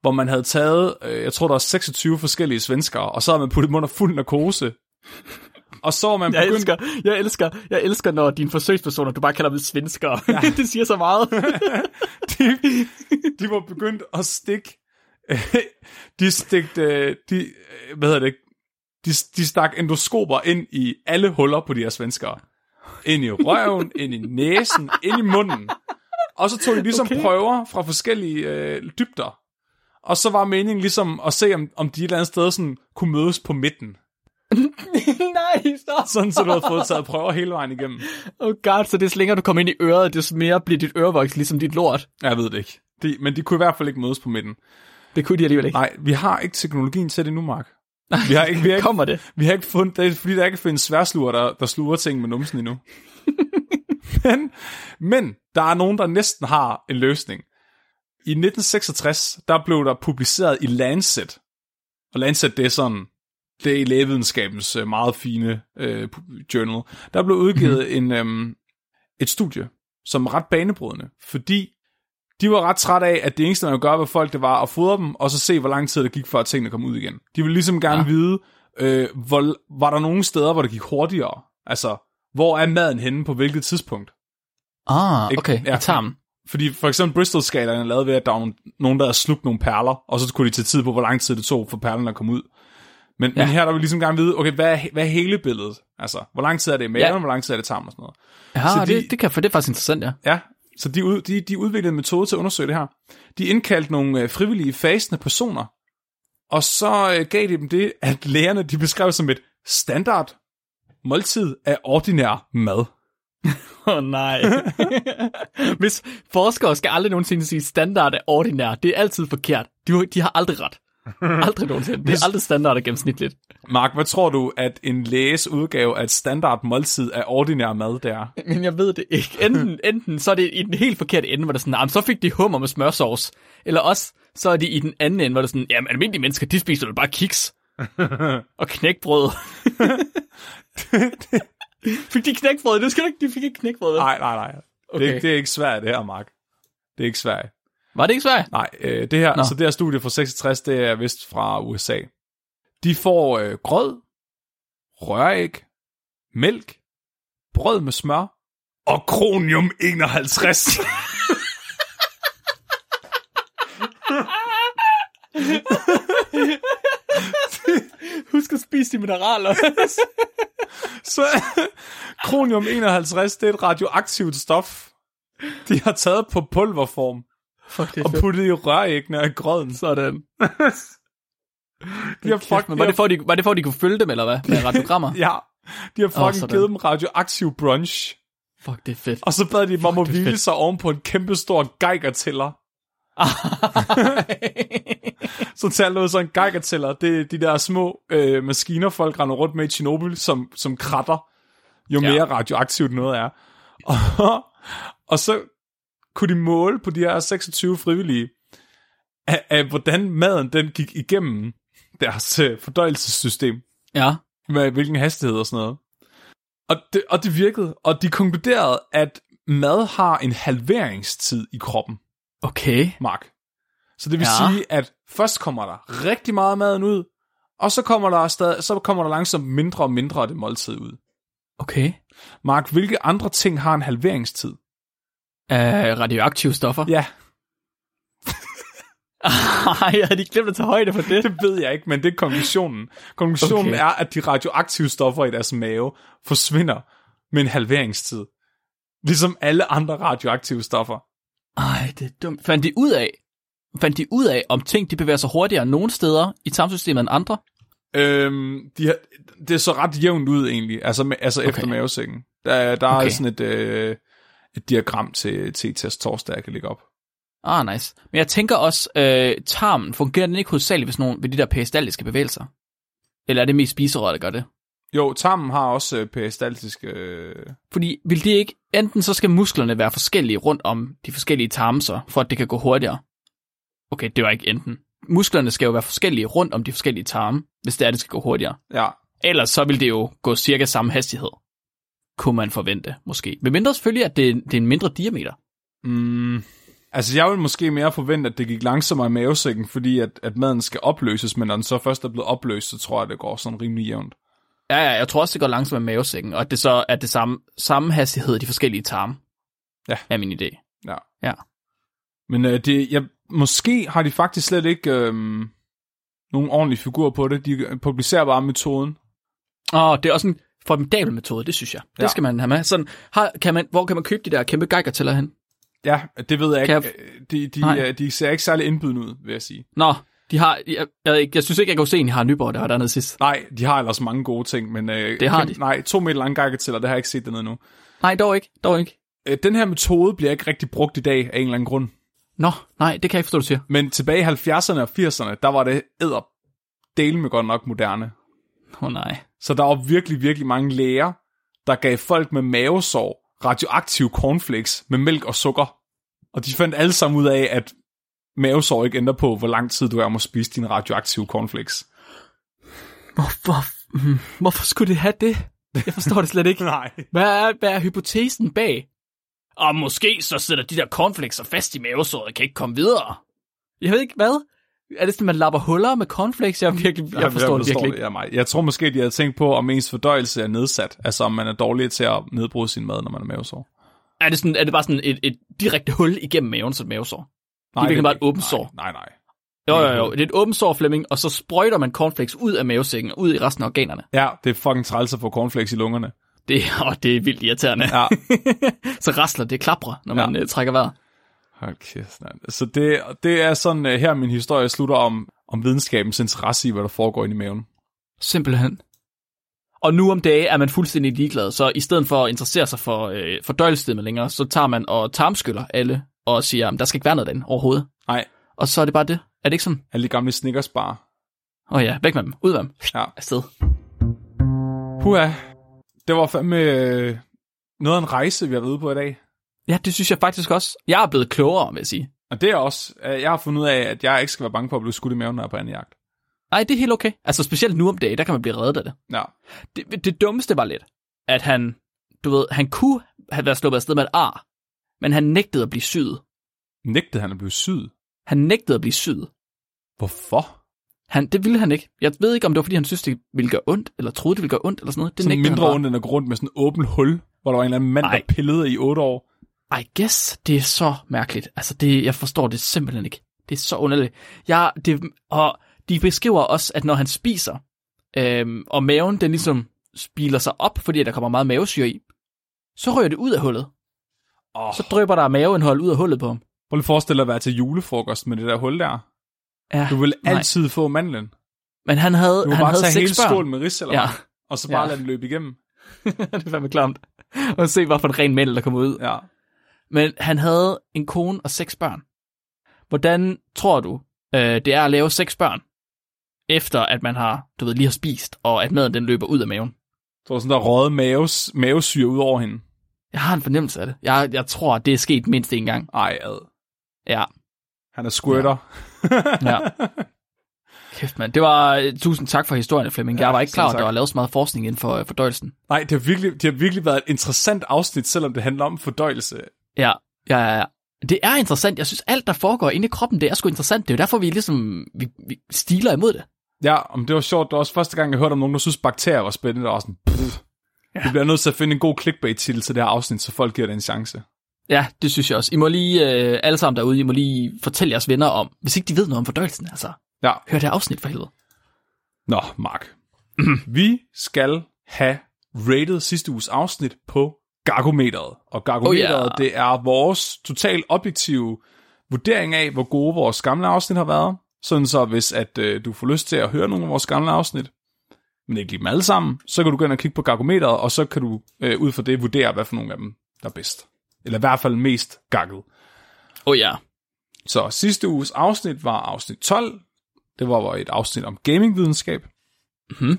[SPEAKER 1] hvor man havde taget, øh, jeg tror der var 26 forskellige svenskere, og så havde man puttet dem under fuld narkose. Og så var man
[SPEAKER 2] Jeg
[SPEAKER 1] begyndt...
[SPEAKER 2] elsker, jeg elsker, jeg elsker, når dine forsøgspersoner, du bare kalder dem svenskere. Ja. (laughs) det siger så meget.
[SPEAKER 1] de, de var begyndt at stikke... (laughs) de stikte... øh, De, øh, hvad hedder det? De, de stak endoskoper ind i alle huller på de her svenskere. Ind i røven, ind i næsen, ind i munden. Og så tog de ligesom okay. prøver fra forskellige øh, dybder. Og så var meningen ligesom at se, om, om de et eller andet sted sådan, kunne mødes på midten.
[SPEAKER 2] Nej, stop.
[SPEAKER 1] Sådan, så du havde fået taget prøver hele vejen igennem.
[SPEAKER 2] Oh god, så det længere du kommer ind i øret, des mere bliver dit ørevoks ligesom dit lort.
[SPEAKER 1] Jeg ved det ikke. De, men de kunne i hvert fald ikke mødes på midten.
[SPEAKER 2] Det kunne de alligevel ikke.
[SPEAKER 1] Nej, vi har ikke teknologien til det nu, Mark. Vi har ikke, vi har ikke,
[SPEAKER 2] Kommer det?
[SPEAKER 1] Vi har ikke fundet, det er fordi, der ikke findes sværsluger, der, der sluger ting med numsen endnu. men, men der er nogen, der næsten har en løsning. I 1966, der blev der publiceret i Lancet, og Lancet, det er sådan, det er lægevidenskabens øh, meget fine øh, pu- journal, der blev udgivet mm-hmm. en, øhm, et studie, som er ret banebrydende, fordi de var ret trætte af, at det eneste, man kunne gøre ved folk, det var at fodre dem, og så se, hvor lang tid det gik, før tingene kom ud igen. De ville ligesom gerne ja.
[SPEAKER 2] Ja.
[SPEAKER 1] vide, øh, hvor, var der nogle steder, hvor det gik hurtigere? Altså, hvor er maden henne på hvilket tidspunkt?
[SPEAKER 2] Ah,
[SPEAKER 1] Ikke-
[SPEAKER 2] okay.
[SPEAKER 1] ja.
[SPEAKER 2] Jeg tager dem.
[SPEAKER 1] Fordi for eksempel Bristol-skalerne er lavet ved, at der var nogen, der havde slugt nogle perler, og så kunne de tage tid på, hvor lang tid det tog for perlerne at komme ud. Men, ja. men her der vil vi ligesom gerne vide, okay, hvad er, he- hvad er hele billedet? Altså, hvor lang tid er det i maven,
[SPEAKER 2] Ja.
[SPEAKER 1] ja. hvor lang tid er det i tarmen og sådan noget.
[SPEAKER 2] Ja,
[SPEAKER 1] Så de-
[SPEAKER 2] det, det, kan, for det er faktisk interessant, ja.
[SPEAKER 1] Ja, så de, ud, de, de udviklede en metode til at undersøge det her. De indkaldte nogle øh, frivillige fasende personer, og så øh, gav de dem det, at lægerne de beskrev som et standard måltid af ordinær mad.
[SPEAKER 2] Åh oh, (laughs) nej. Hvis forskere skal aldrig nogensinde sige standard er ordinær, det er altid forkert. De, de har aldrig ret. Aldrig nogensinde. Det er aldrig standard er gennemsnitligt.
[SPEAKER 1] Mark, hvad tror du, at en læges udgave af et standard måltid af ordinær mad, det er?
[SPEAKER 2] Men jeg ved det ikke. Enten, enten så er det i den helt forkerte ende, hvor det er sådan, jamen, så fik de hummer med smørsauce. Eller også, så er det i den anden ende, hvor det er sådan, jamen almindelige mennesker, de spiser jo bare (laughs) kiks. og (laughs) knækbrød. fik de knækbrød? Det skal du ikke, de fik ikke knækbrød. vel?
[SPEAKER 1] Nej, nej, nej. Okay. Det,
[SPEAKER 2] Okay.
[SPEAKER 1] er- det er ikke svært, det her, Mark. Det er ikke svært.
[SPEAKER 2] Var det ikke svært?
[SPEAKER 1] Nej, øh, det her,
[SPEAKER 2] Nå.
[SPEAKER 1] så det her studie fra 66, det er vist fra USA. De får øh, grød, røræg, mælk, brød med smør og kronium 51.
[SPEAKER 2] (laughs) Husk at spise de mineraler.
[SPEAKER 1] (laughs) så kronium 51, det er et radioaktivt stof. De har taget på pulverform
[SPEAKER 2] (laughs) Fuck, det er
[SPEAKER 1] og
[SPEAKER 2] fedt.
[SPEAKER 1] puttet i røræggene og grøden.
[SPEAKER 2] Sådan.
[SPEAKER 1] De har
[SPEAKER 2] Fuck,
[SPEAKER 1] fucking,
[SPEAKER 2] men
[SPEAKER 1] de
[SPEAKER 2] var
[SPEAKER 1] har
[SPEAKER 2] det, for, at de, var det for, at de kunne følge dem, eller (laughs) hvad? Med radiogrammer?
[SPEAKER 1] Ja, de har fucking
[SPEAKER 2] sådan.
[SPEAKER 1] oh, givet dem radioaktiv brunch.
[SPEAKER 2] Fuck, det er fedt.
[SPEAKER 1] Og så bad de dem om at
[SPEAKER 2] det er
[SPEAKER 1] hvile
[SPEAKER 2] fedt.
[SPEAKER 1] sig oven på en kæmpe stor geigertæller. Så tager noget sådan en geigertæller. Det er de der små øh, maskiner, folk render rundt med i Tjernobyl, som, som kratter, jo
[SPEAKER 2] Ja.
[SPEAKER 1] (laughs) mere radioaktivt noget er. Og, og så kunne de måle på de her 26 frivillige, af, af hvordan maden den gik igennem deres øh, fordøjelsessystem,
[SPEAKER 2] (laughs) Ja.
[SPEAKER 1] med hvilken hastighed og sådan noget. Og det, og det virkede, og de konkluderede, at mad har en halveringstid i kroppen,
[SPEAKER 2] Okay.
[SPEAKER 1] Mark. Så det vil
[SPEAKER 2] Ja.
[SPEAKER 1] ja. sige, at først kommer der rigtig meget af maden ud, og så kommer der, stadig, så kommer der langsomt mindre og mindre af det måltid ud.
[SPEAKER 2] Okay.
[SPEAKER 1] Mark, hvilke andre ting har en halveringstid?
[SPEAKER 2] Uh, radioaktive stoffer.
[SPEAKER 1] Ja,
[SPEAKER 2] (laughs)
[SPEAKER 1] (laughs)
[SPEAKER 2] Ej, jeg havde lige glemt at tage højde for det.
[SPEAKER 1] det ved jeg ikke, men det er konklusionen. Konklusionen
[SPEAKER 2] Okay.
[SPEAKER 1] okay. er, at de radioaktive stoffer i deres mave forsvinder med en halveringstid. Ligesom alle andre radioaktive stoffer.
[SPEAKER 2] Ej, det er dumt. Fandt de ud af, fandt de ud af, om ting de bevæger sig hurtigere nogle steder i tarmsystemet end andre?
[SPEAKER 1] Øhm, de har, det er så ret jævnt ud egentlig, altså, med, altså okay. efter mavesækken. Der, der okay.
[SPEAKER 2] Okay.
[SPEAKER 1] er sådan et, øh, et diagram til T-test torsdag, jeg kan lægge op.
[SPEAKER 2] Ah, nice. Men jeg tænker også, øh, tarmen fungerer den ikke hovedsageligt hvis nogen, ved de der peristaltiske bevægelser? Eller er det mest spiserøret, der gør det?
[SPEAKER 1] Jo, tarmen har også øh, peristaltisk... Øh,
[SPEAKER 2] Fordi vil de ikke, enten så skal musklerne være forskellige rundt om de forskellige tarmser, for at det kan gå hurtigere. Okay, det var ikke enten. Musklerne skal jo være forskellige rundt om de forskellige tarme, hvis det er, det skal gå hurtigere.
[SPEAKER 1] ja,
[SPEAKER 2] Ellers så vil det jo gå cirka samme hastighed, kunne man forvente, måske. Men mindre selvfølgelig, at det, det er en mindre diameter.
[SPEAKER 1] Mm, altså, jeg vil måske mere forvente, at det gik langsommere i mavesækken, fordi at, at maden skal opløses, men når den så først er blevet opløst, så tror jeg, det går sådan rimelig jævnt.
[SPEAKER 2] Ja, ja, jeg tror også, det går langsomt med mavesækken, og at det så er det samme, samme hastighed i de forskellige tarme.
[SPEAKER 1] Ja.
[SPEAKER 2] Er min idé.
[SPEAKER 1] Ja.
[SPEAKER 2] Ja.
[SPEAKER 1] Men øh, det, jeg, måske har de faktisk slet ikke øh, nogen ordentlig figur på det. De publicerer bare metoden.
[SPEAKER 2] Og det er også en formidabel metode, det synes jeg. Det
[SPEAKER 1] Ja.
[SPEAKER 2] skal man have med. Sådan, har, kan man, hvor kan man købe de der kæmpe geiger til hen?
[SPEAKER 1] Ja, det ved jeg ikke.
[SPEAKER 2] Kan
[SPEAKER 1] Jeg... De,
[SPEAKER 2] Nej.
[SPEAKER 1] de, øh, de ser ikke særlig indbydende ud, vil jeg sige.
[SPEAKER 2] Nå, de har, jeg, jeg, jeg, jeg synes ikke, jeg kan se, at de har Nyborg, der var dernede sidst.
[SPEAKER 1] Nej, de har ellers mange gode ting, men... Øh,
[SPEAKER 2] Det har
[SPEAKER 1] kæmpe-
[SPEAKER 2] de.
[SPEAKER 1] Nej, to meter lange gakketæller, det har jeg ikke set dernede endnu.
[SPEAKER 2] Nej, dog ikke, dog ikke.
[SPEAKER 1] Øh, den her metode bliver ikke rigtig brugt i dag af en eller anden grund.
[SPEAKER 2] Nå, nej, det kan jeg ikke forstå, du siger.
[SPEAKER 1] Men tilbage i 70'erne og 80'erne, der var det æder del med godt nok moderne.
[SPEAKER 2] Åh oh, nej.
[SPEAKER 1] Så der var virkelig, virkelig mange læger, der gav folk med mavesår radioaktive cornflakes med mælk og sukker. Og de fandt alle sammen ud af, at mavesår ikke ændrer på, hvor lang tid du er om at spise dine radioaktive cornflakes.
[SPEAKER 2] Hvorfor, hmm, hvorfor skulle det have det? Jeg forstår det slet ikke.
[SPEAKER 1] Nej.
[SPEAKER 2] Hvad er, hvad er hypotesen bag? Og måske så sidder de der cornflakes fast i mavesåret og kan ikke komme videre. Jeg ved ikke, hvad? Er det sådan, man lapper huller med cornflakes? Jeg, er virkelig, jeg, forstår det virkelig ikke.
[SPEAKER 1] Jeg, mig. jeg tror måske, de havde tænkt på, om ens fordøjelse er nedsat. Altså, om man er dårlig til at nedbryde sin mad, når man er mavesår.
[SPEAKER 2] Er det, sådan, er det bare sådan et, et direkte hul igennem maven, så et mavesår?
[SPEAKER 1] Nej,
[SPEAKER 2] virkelig bare et
[SPEAKER 1] ikke.
[SPEAKER 2] åbent
[SPEAKER 1] Nej,
[SPEAKER 2] sår.
[SPEAKER 1] Nej, nej.
[SPEAKER 2] Jo, jo, jo. Det er et åbent sår, Flemming, og så sprøjter man cornflakes ud af mavesækken og ud i resten af organerne.
[SPEAKER 1] Ja, det er fucking træls at få cornflakes i lungerne.
[SPEAKER 2] Det, og det er vildt irriterende.
[SPEAKER 1] Ja.
[SPEAKER 2] (laughs) så rasler det klapper, når man ja. trækker vejret.
[SPEAKER 1] Hold kæft, mand. Så det, det er sådan, øh, her min historie slutter om, om videnskabens interesse i, hvad der foregår inde i maven.
[SPEAKER 2] Simpelthen. Og nu om dage er man fuldstændig ligeglad, så i stedet for at interessere sig for øh, fordøjelsessystemet længere, så tager man og tarmskyller alle og siger, at der skal ikke være noget derinde overhovedet.
[SPEAKER 1] Nej,
[SPEAKER 2] Og så er det bare det. Er det ikke sådan?
[SPEAKER 1] alle de gamle Snickers bare.
[SPEAKER 2] Åh oh ja, væk med dem. Ud med dem.
[SPEAKER 1] Ja.
[SPEAKER 2] Afsted.
[SPEAKER 1] Puha, det var fandme øh, noget af en rejse, vi har været ude på i dag.
[SPEAKER 2] Ja, det synes jeg faktisk også. Jeg er blevet klogere, vil jeg sige.
[SPEAKER 1] Og det er også, øh, jeg har fundet ud af, at jeg ikke skal være bange for at blive skudt i maven, når jeg er på anden jagt.
[SPEAKER 2] Nej, det er helt okay. Altså specielt nu om dagen, der kan man blive reddet af det.
[SPEAKER 1] Ja,
[SPEAKER 2] det. Det dummeste var lidt, at han, du ved, han kunne have været sluppet afsted med et ar, men han nægtede at blive syet.
[SPEAKER 1] nægtede han at blive syet.
[SPEAKER 2] Han nægtede at blive syet.
[SPEAKER 1] Hvorfor?
[SPEAKER 2] Han, det ville han ikke. Jeg ved ikke, om det var, fordi han synes, det ville gøre ondt, eller troede, det ville gøre ondt, eller sådan noget. Det
[SPEAKER 1] Det sådan
[SPEAKER 2] nægter
[SPEAKER 1] mindre
[SPEAKER 2] han bare.
[SPEAKER 1] ondt, end at gå rundt med sådan en åben hul, hvor der var en eller anden mand,
[SPEAKER 2] Nej.
[SPEAKER 1] der pillede i otte år.
[SPEAKER 2] I guess, det er så mærkeligt. Altså, det, jeg forstår det simpelthen ikke. Det er så underligt. Jeg, det, og de beskriver også, at når han spiser, øhm, og maven den ligesom spiler sig op, fordi der kommer meget mavesyre i, så rører det ud af hullet.
[SPEAKER 1] Åh,
[SPEAKER 2] Så drøber der maveindhold ud af hullet på ham.
[SPEAKER 1] Prøv lige at forestille dig at være til julefrokost med det der hul der.
[SPEAKER 2] Ja,
[SPEAKER 1] Du vil
[SPEAKER 2] nej.
[SPEAKER 1] altid få mandlen.
[SPEAKER 2] Men han havde,
[SPEAKER 1] Du må
[SPEAKER 2] han
[SPEAKER 1] bare
[SPEAKER 2] havde
[SPEAKER 1] tage hele
[SPEAKER 2] seks børn.
[SPEAKER 1] skålen med risalamande.
[SPEAKER 2] Ja,
[SPEAKER 1] og så bare
[SPEAKER 2] Ja.
[SPEAKER 1] ja. lade den løbe igennem.
[SPEAKER 2] (laughs) det er fandme klamt. Og se, hvad for en ren mænd, der kom ud.
[SPEAKER 1] Ja.
[SPEAKER 2] Men han havde en kone og seks børn. Hvordan tror du, øh, det er at lave seks børn, efter at man har, du ved, lige har spist, og at maden den løber ud af maven?
[SPEAKER 1] Så var sådan der røget maves, mavesyre ud over hende.
[SPEAKER 2] Jeg har en fornemmelse af det. Jeg, jeg tror, at det er sket mindst en gang.
[SPEAKER 1] Ej, ad.
[SPEAKER 2] Ja.
[SPEAKER 1] Han er squirter.
[SPEAKER 2] (laughs) ja. Kæft, mand. Det var... øh, Tusind tak for historien, Flemming. Jeg
[SPEAKER 1] Ja,
[SPEAKER 2] var ikke klar over,
[SPEAKER 1] selv
[SPEAKER 2] at
[SPEAKER 1] tak.
[SPEAKER 2] der var lavet så meget forskning inden for øh, fordøjelsen.
[SPEAKER 1] Nej, det har, virkelig, det har virkelig været et interessant afsnit, selvom det handler om fordøjelse.
[SPEAKER 2] Ja, ja, ja. ja. Det er interessant. Jeg synes, alt, der foregår inde i kroppen, det er sgu interessant. Det er jo derfor, vi ligesom vi, vi stiler imod det.
[SPEAKER 1] Ja, om det var sjovt. Det var også første gang, jeg hørte om nogen, der synes, bakterier var spændende. Og var sådan, pff. Ja. Vi bliver nødt til at finde en god clickbait-titel til det her afsnit, så folk giver det en chance.
[SPEAKER 2] Ja, det synes jeg også. I må lige, øh, alle sammen derude, I må lige fortælle jeres venner om, hvis ikke de ved noget om fordøjelsen, altså.
[SPEAKER 1] Ja.
[SPEAKER 2] Hør det afsnit for helvede.
[SPEAKER 1] Nå, Mark. (clears throat) vi skal have rated sidste uges afsnit på Gargometeret. Og Gargometeret, oh,
[SPEAKER 2] Oh
[SPEAKER 1] yeah.
[SPEAKER 2] yeah.
[SPEAKER 1] det er vores total objektive vurdering af, hvor gode vores gamle afsnit har været. Sådan så, hvis at øh, du får lyst til at høre nogle af vores gamle afsnit, men ikke lige dem alle sammen, så kan du gå ind og kigge på Gargometeret, og så kan du øh, ud fra det vurdere, hvad for nogle af dem, der er bedst. Eller i hvert fald mest gakket.
[SPEAKER 2] Åh oh, ja.
[SPEAKER 1] Så sidste uges afsnit var afsnit 12. Det var et afsnit om gamingvidenskab. Mm-hmm.
[SPEAKER 2] Mhm.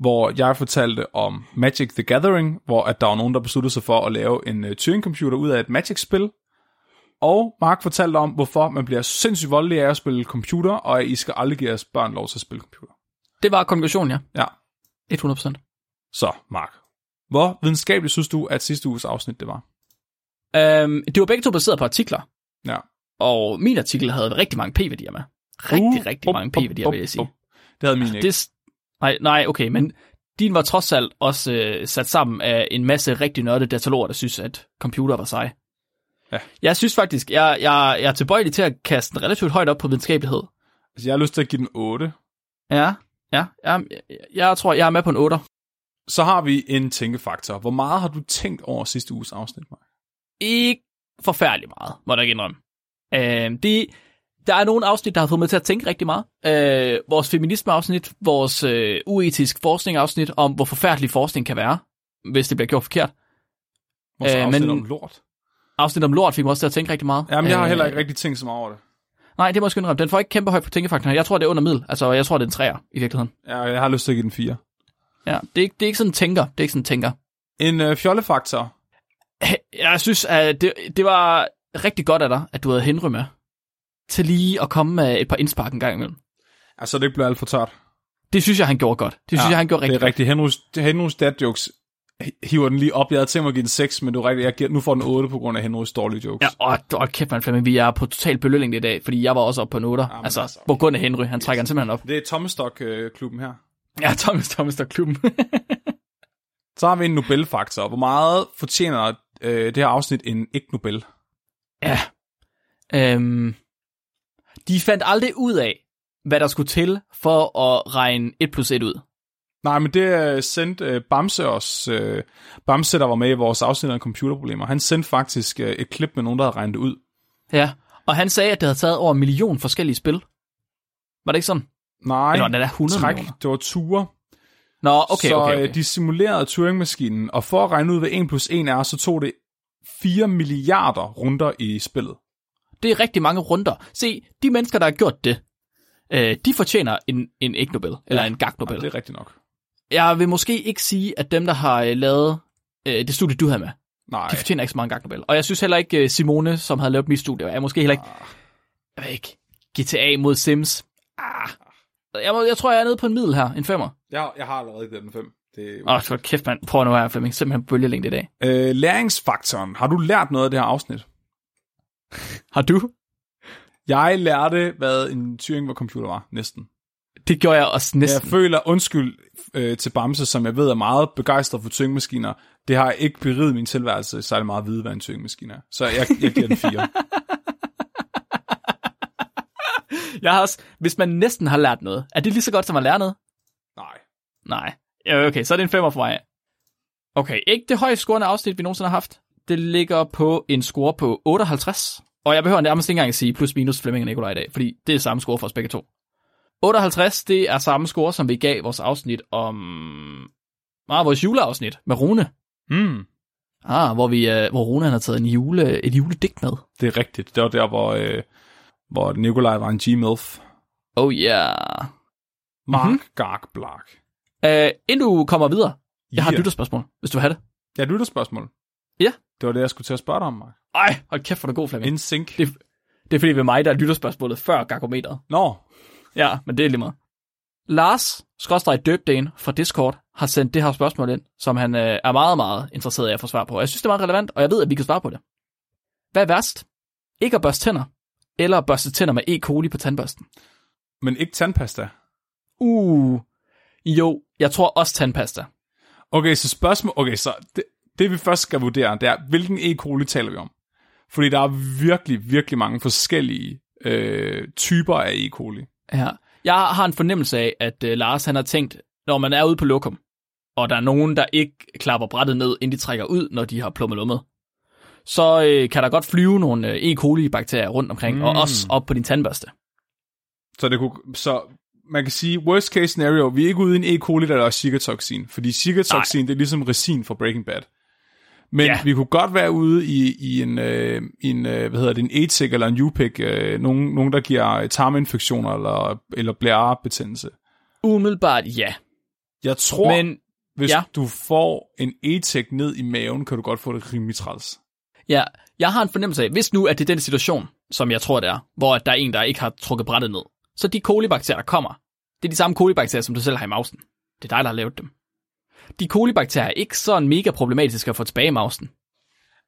[SPEAKER 1] Hvor jeg fortalte om Magic the Gathering, hvor at der var nogen, der besluttede sig for at lave en uh, Turing-computer ud af et Magic-spil. Og Mark fortalte om, hvorfor man bliver sindssygt voldelig af at spille computer, og at I skal aldrig give jeres børn lov til at spille computer.
[SPEAKER 2] Det var konklusionen, ja.
[SPEAKER 1] Ja,
[SPEAKER 2] 100%.
[SPEAKER 1] så Mark. Hvor videnskabeligt synes du, at sidste uges afsnit det var?
[SPEAKER 2] Øhm, det var begge to baseret på artikler,
[SPEAKER 1] Ja.
[SPEAKER 2] og min artikel havde rigtig mange p-værdier med. Rigtig, uh, rigtig
[SPEAKER 1] Bup,
[SPEAKER 2] mange
[SPEAKER 1] bup,
[SPEAKER 2] p-værdier,
[SPEAKER 1] bup,
[SPEAKER 2] vil jeg sige. Ah,
[SPEAKER 1] bup. Det havde min ikke.
[SPEAKER 2] Det, nej, nej, okay, men din var trods alt også øh, sat sammen af en masse rigtig nørdede dataloger, der synes, at computer var sej.
[SPEAKER 1] Ja.
[SPEAKER 2] Jeg synes faktisk, jeg, jeg, jeg er tilbøjelig til at kaste den relativt højt op på videnskabelighed.
[SPEAKER 1] Altså, jeg har lyst til at give den 8.
[SPEAKER 2] Ja, ja, ja jeg, jeg tror, jeg er med på en 8.
[SPEAKER 1] Så har vi en tænkefaktor. Hvor meget har du tænkt over sidste uges afsnit, Mark?
[SPEAKER 2] Ikke forfærdelig meget, må jeg ikke indrømme. Øh, det, der er nogle afsnit, der har fået mig til at tænke rigtig meget. Øh, vores feminisme-afsnit, vores øh, uetisk forskning-afsnit om, hvor forfærdelig forskning kan være, hvis det bliver gjort forkert.
[SPEAKER 1] Vores
[SPEAKER 2] Øh,
[SPEAKER 1] øh, afsnit men...
[SPEAKER 2] men-
[SPEAKER 1] om lort.
[SPEAKER 2] Afsnit om lort fik mig også til at tænke rigtig meget.
[SPEAKER 1] Jamen, jeg har
[SPEAKER 2] Øh,
[SPEAKER 1] heller ikke rigtig tænkt så meget over det.
[SPEAKER 2] Nej, det må jeg sgu indrømme. Den får ikke kæmpe højt på tænkefaktoren. Jeg tror, det er under middel. Altså, jeg tror, det er en træer i virkeligheden.
[SPEAKER 1] Jeg, jeg har lyst til at give den 4.
[SPEAKER 2] Ja, det er, ikke, det er ikke sådan en tænker. Det er ikke sådan en tænker. (clears throat)
[SPEAKER 1] En øh, fjollefaktor.
[SPEAKER 2] Jeg synes, at det, det var rigtig godt af dig, at du havde Henry med til lige at komme med et par indspark en gang imellem.
[SPEAKER 1] Altså, det ikke bliver alt for tørt.
[SPEAKER 2] Det synes jeg, han gjorde godt. Det synes ja, jeg, han gjorde
[SPEAKER 1] Det
[SPEAKER 2] rigtig
[SPEAKER 1] er rigtigt. Henrys, Henrys dad jokes hi- hiver den lige op. Jeg havde tænkt mig at give den 6, men du er rigtigt. Jeg giver, nu får den 8 på grund af Henrys dårlige jokes.
[SPEAKER 2] Ja, og, og kæft, man, Flemming, vi er på total belønning i dag, fordi jeg var også oppe på en 8.
[SPEAKER 1] men
[SPEAKER 2] altså,
[SPEAKER 1] altså,
[SPEAKER 2] altså, på grund af Henry. Han trækker yes. han simpelthen op.
[SPEAKER 1] Det er Tommestok-klubben her.
[SPEAKER 2] Ja, Thomas, Thomas, der er klubben. (laughs)
[SPEAKER 1] Så har vi en Nobelfaktor. Hvor meget fortjener øh, det her afsnit en ikke-Nobel?
[SPEAKER 2] Ja. Øhm, de fandt aldrig ud af, hvad der skulle til for at regne 1 plus 1 ud.
[SPEAKER 1] Nej, men det øh, sendte øh, Bamse os. Øh, Bamse, der var med i vores afsnit om computerproblemer, han sendte faktisk øh, et klip med nogen, der havde regnet det ud.
[SPEAKER 2] Ja. Og han sagde, at det havde taget over en million forskellige spil. Var det ikke sådan?
[SPEAKER 1] Nej,
[SPEAKER 2] Eller der er 100
[SPEAKER 1] træk,
[SPEAKER 2] millioner.
[SPEAKER 1] det var ture.
[SPEAKER 2] Nå, okay,
[SPEAKER 1] så
[SPEAKER 2] okay,
[SPEAKER 1] øh,
[SPEAKER 2] okay.
[SPEAKER 1] de simulerede Turing-maskinen, og for at regne ud, hvad 1 plus 1 er, så tog det 4 milliarder runder i spillet.
[SPEAKER 2] Det er rigtig mange runder. Se, de mennesker, der har gjort det, øh, de fortjener en, en ikke Nobel, eller
[SPEAKER 1] Ja,
[SPEAKER 2] en gag
[SPEAKER 1] Og det
[SPEAKER 2] Nobel.
[SPEAKER 1] er rigtigt nok.
[SPEAKER 2] Jeg vil måske ikke sige, at dem, der har øh, lavet øh, det studie, du havde med,
[SPEAKER 1] Nej,
[SPEAKER 2] de fortjener ikke så mange gag Nobel. Og jeg synes heller ikke, øh, Simone, som havde lavet mit studie, er måske heller ikke, jeg ved ikke, GTA mod Sims. Ah. Jeg, må, jeg tror, jeg er nede på en middel her, en femmer.
[SPEAKER 1] jeg, jeg har allerede givet den 5. Det...
[SPEAKER 2] Åh, oh, for kæft, mand. Prøv nu her, Flemming. Simpelthen bølgelængde i dag.
[SPEAKER 1] Øh, læringsfaktoren. Har du lært noget af det her afsnit?
[SPEAKER 2] Har du?
[SPEAKER 1] Jeg lærte, hvad en Turing var computer var, næsten.
[SPEAKER 2] Det gjorde jeg også
[SPEAKER 1] Jeg
[SPEAKER 2] næsten.
[SPEAKER 1] føler undskyld øh, til Bamse, som jeg ved er meget begejstret for Turing-maskiner. Det har ikke beriget min tilværelse særlig meget at vide, hvad en Turing-maskine er. Så jeg, jeg giver den
[SPEAKER 2] (laughs)
[SPEAKER 1] 4.
[SPEAKER 2] Jeg har også, hvis man næsten har lært noget, er det lige så godt som at lære noget?
[SPEAKER 1] Nej.
[SPEAKER 2] Nej. Ja, okay, så er det en femmer for mig. Okay, ikke det højst scorende afsnit, vi nogensinde har haft. Det ligger på en score på 58. Og jeg behøver nærmest ikke engang at sige plus minus Flemming og Nikolaj i dag, fordi det er samme score for os begge to. 58, det er samme score, som vi gav vores afsnit om... Ah, vores juleafsnit med Rune.
[SPEAKER 1] Mm.
[SPEAKER 2] Ah, hvor, vi, øh, hvor Rune han har taget en jule, et juledigt med.
[SPEAKER 1] Det er rigtigt. Det var der, hvor, øh, hvor Nikolaj var en G-MILF.
[SPEAKER 2] Oh yeah.
[SPEAKER 1] Mark
[SPEAKER 2] Mhm.
[SPEAKER 1] mm-hmm. Gark Blark.
[SPEAKER 2] Uh, inden du kommer videre, jeg har
[SPEAKER 1] Ja.
[SPEAKER 2] et lytterspørgsmål, hvis du har det.
[SPEAKER 1] Ja, lytter spørgsmål.
[SPEAKER 2] Ja.
[SPEAKER 1] Det var det, jeg skulle til at spørge dig om, Mark.
[SPEAKER 2] Ej, hold kæft, for du god, Flemming.
[SPEAKER 1] En sink.
[SPEAKER 2] Det, det er fordi ved mig, der er lytterspørgsmålet før gagometeret.
[SPEAKER 1] Nå,
[SPEAKER 2] Ja, men det er lige meget. Lars, skråstrej Dirtdane fra Discord, har sendt det her spørgsmål ind, som han øh, er meget, meget interesseret i at få svar på. Og Jeg synes, det er meget relevant, og jeg ved, at vi kan svare på det. Hvad er værst? Ikke at børste tænder, eller at børste tænder med E. coli på tandbørsten?
[SPEAKER 1] men ikke tandpasta.
[SPEAKER 2] Uh, jo, jeg tror også tandpasta.
[SPEAKER 1] Okay, så spørgsmål... Okay, så det, det vi først skal vurdere, det er, hvilken E. coli taler vi om? Fordi der er virkelig, virkelig mange forskellige øh, typer af E. coli.
[SPEAKER 2] Ja. Jeg har en fornemmelse af, at øh, Lars han har tænkt, når man er ude på lokum, og der er nogen, der ikke klapper brættet ned, inden de trækker ud, når de har plummet lummet, så øh, kan der godt flyve nogle øh, E. coli-bakterier rundt omkring, mm. og
[SPEAKER 1] Mm.
[SPEAKER 2] også op på din tandbørste.
[SPEAKER 1] Så, det kunne, så man kan sige, worst case scenario, vi er ikke ude i en E. coli, der er sikkertoxin. Fordi sikkertoxin, det er ligesom resin fra Breaking Bad. Men
[SPEAKER 2] Ja.
[SPEAKER 1] ja. vi kunne godt være ude i, i en, øh, i en øh, hvad hedder det, en ATIC eller en UPIC, øh, nogen, nogen, der giver tarminfektioner eller, eller blærebetændelse.
[SPEAKER 2] Umiddelbart ja,
[SPEAKER 1] Jeg tror, Men,
[SPEAKER 2] men
[SPEAKER 1] hvis
[SPEAKER 2] ja.
[SPEAKER 1] ja. du får en ATIC ned i maven, kan du godt få det rimelig træls.
[SPEAKER 2] ja, jeg har en fornemmelse af, hvis nu at det er den situation, som jeg tror det er, hvor at der er en, der ikke har trukket brættet ned, så de kolibakterier, der kommer, det er de samme kolibakterier, som du selv har i mausen. Det er dig, der har lavet dem. De kolibakterier er ikke sådan mega problematiske at få tilbage i mausen.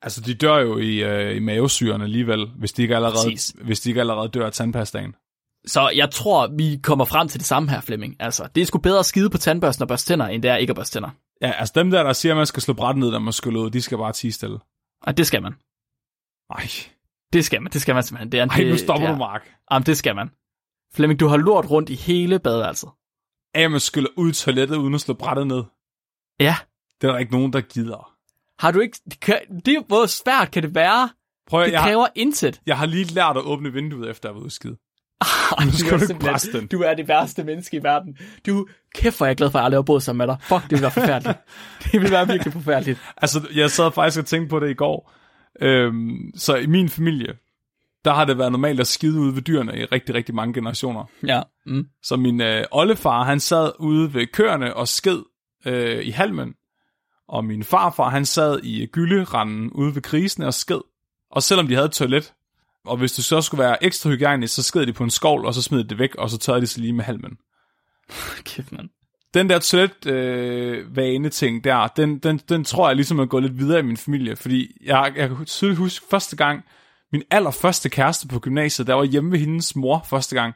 [SPEAKER 1] Altså, de dør jo i, øh, i mavesyren alligevel, hvis de ikke allerede,
[SPEAKER 2] Præcis.
[SPEAKER 1] hvis de ikke allerede dør af tandpastaen.
[SPEAKER 2] Så jeg tror, vi kommer frem til det samme her, Flemming. Altså, det er sgu bedre at skide på tandbørsten og børste tænder, end det er ikke at børste tænder.
[SPEAKER 1] Ja, altså dem der, der siger, at man skal slå bræt ned, når man skal ud, de skal bare tige stille.
[SPEAKER 2] Og det skal man.
[SPEAKER 1] Ej,
[SPEAKER 2] Det skal man, det skal man simpelthen. Det er,
[SPEAKER 1] ej nu
[SPEAKER 2] det-
[SPEAKER 1] stopper
[SPEAKER 2] det er-
[SPEAKER 1] du, Mark.
[SPEAKER 2] Jamen, det skal man. Flemming, du har lort rundt i hele altså. badeværelset.
[SPEAKER 1] Af, man skyller ud i toilettet, uden at slå brættet ned.
[SPEAKER 2] Ja.
[SPEAKER 1] Det er der ikke nogen, der gider.
[SPEAKER 2] Har du ikke... det Kan, det er hvor svært kan det være?
[SPEAKER 1] Prøv at,
[SPEAKER 2] Det
[SPEAKER 1] jeg, har,
[SPEAKER 2] kræver intet.
[SPEAKER 1] jeg har lige lært at åbne vinduet, efter jeg var ude at skide.
[SPEAKER 2] Ej,
[SPEAKER 1] Nu skal
[SPEAKER 2] er
[SPEAKER 1] du ikke
[SPEAKER 2] simpelthen-
[SPEAKER 1] presse den.
[SPEAKER 2] Du er det værste menneske i verden. Du, kæft, hvor er jeg glad for, at jeg aldrig har boet sammen med dig. Fuck, det ville være (laughs) forfærdeligt. det ville være virkelig forfærdeligt.
[SPEAKER 1] Altså, jeg sad faktisk og tænkte på det i går. Øhm, så i min familie, der har det været normalt at skide ude ved dyrene i rigtig, rigtig mange generationer.
[SPEAKER 2] Ja. Mm.
[SPEAKER 1] Så min øh, oldefar, han sad ude ved køerne og sked øh, i halmen. Og min farfar, han sad i gylderanden ude ved krisen og sked. Og selvom de havde et toilet, og hvis det så skulle være ekstra hygiejnisk, så sked de på en skovl, og så smed de det væk, og så tørrede de sig lige med halmen.
[SPEAKER 2] Kæft, mand.
[SPEAKER 1] Den der toiletvane øh, ting der, den, den, den tror jeg ligesom er gået lidt videre i min familie, fordi jeg, jeg kan tydeligt huske første gang, min allerførste kæreste på gymnasiet, der var hjemme ved hendes mor første gang,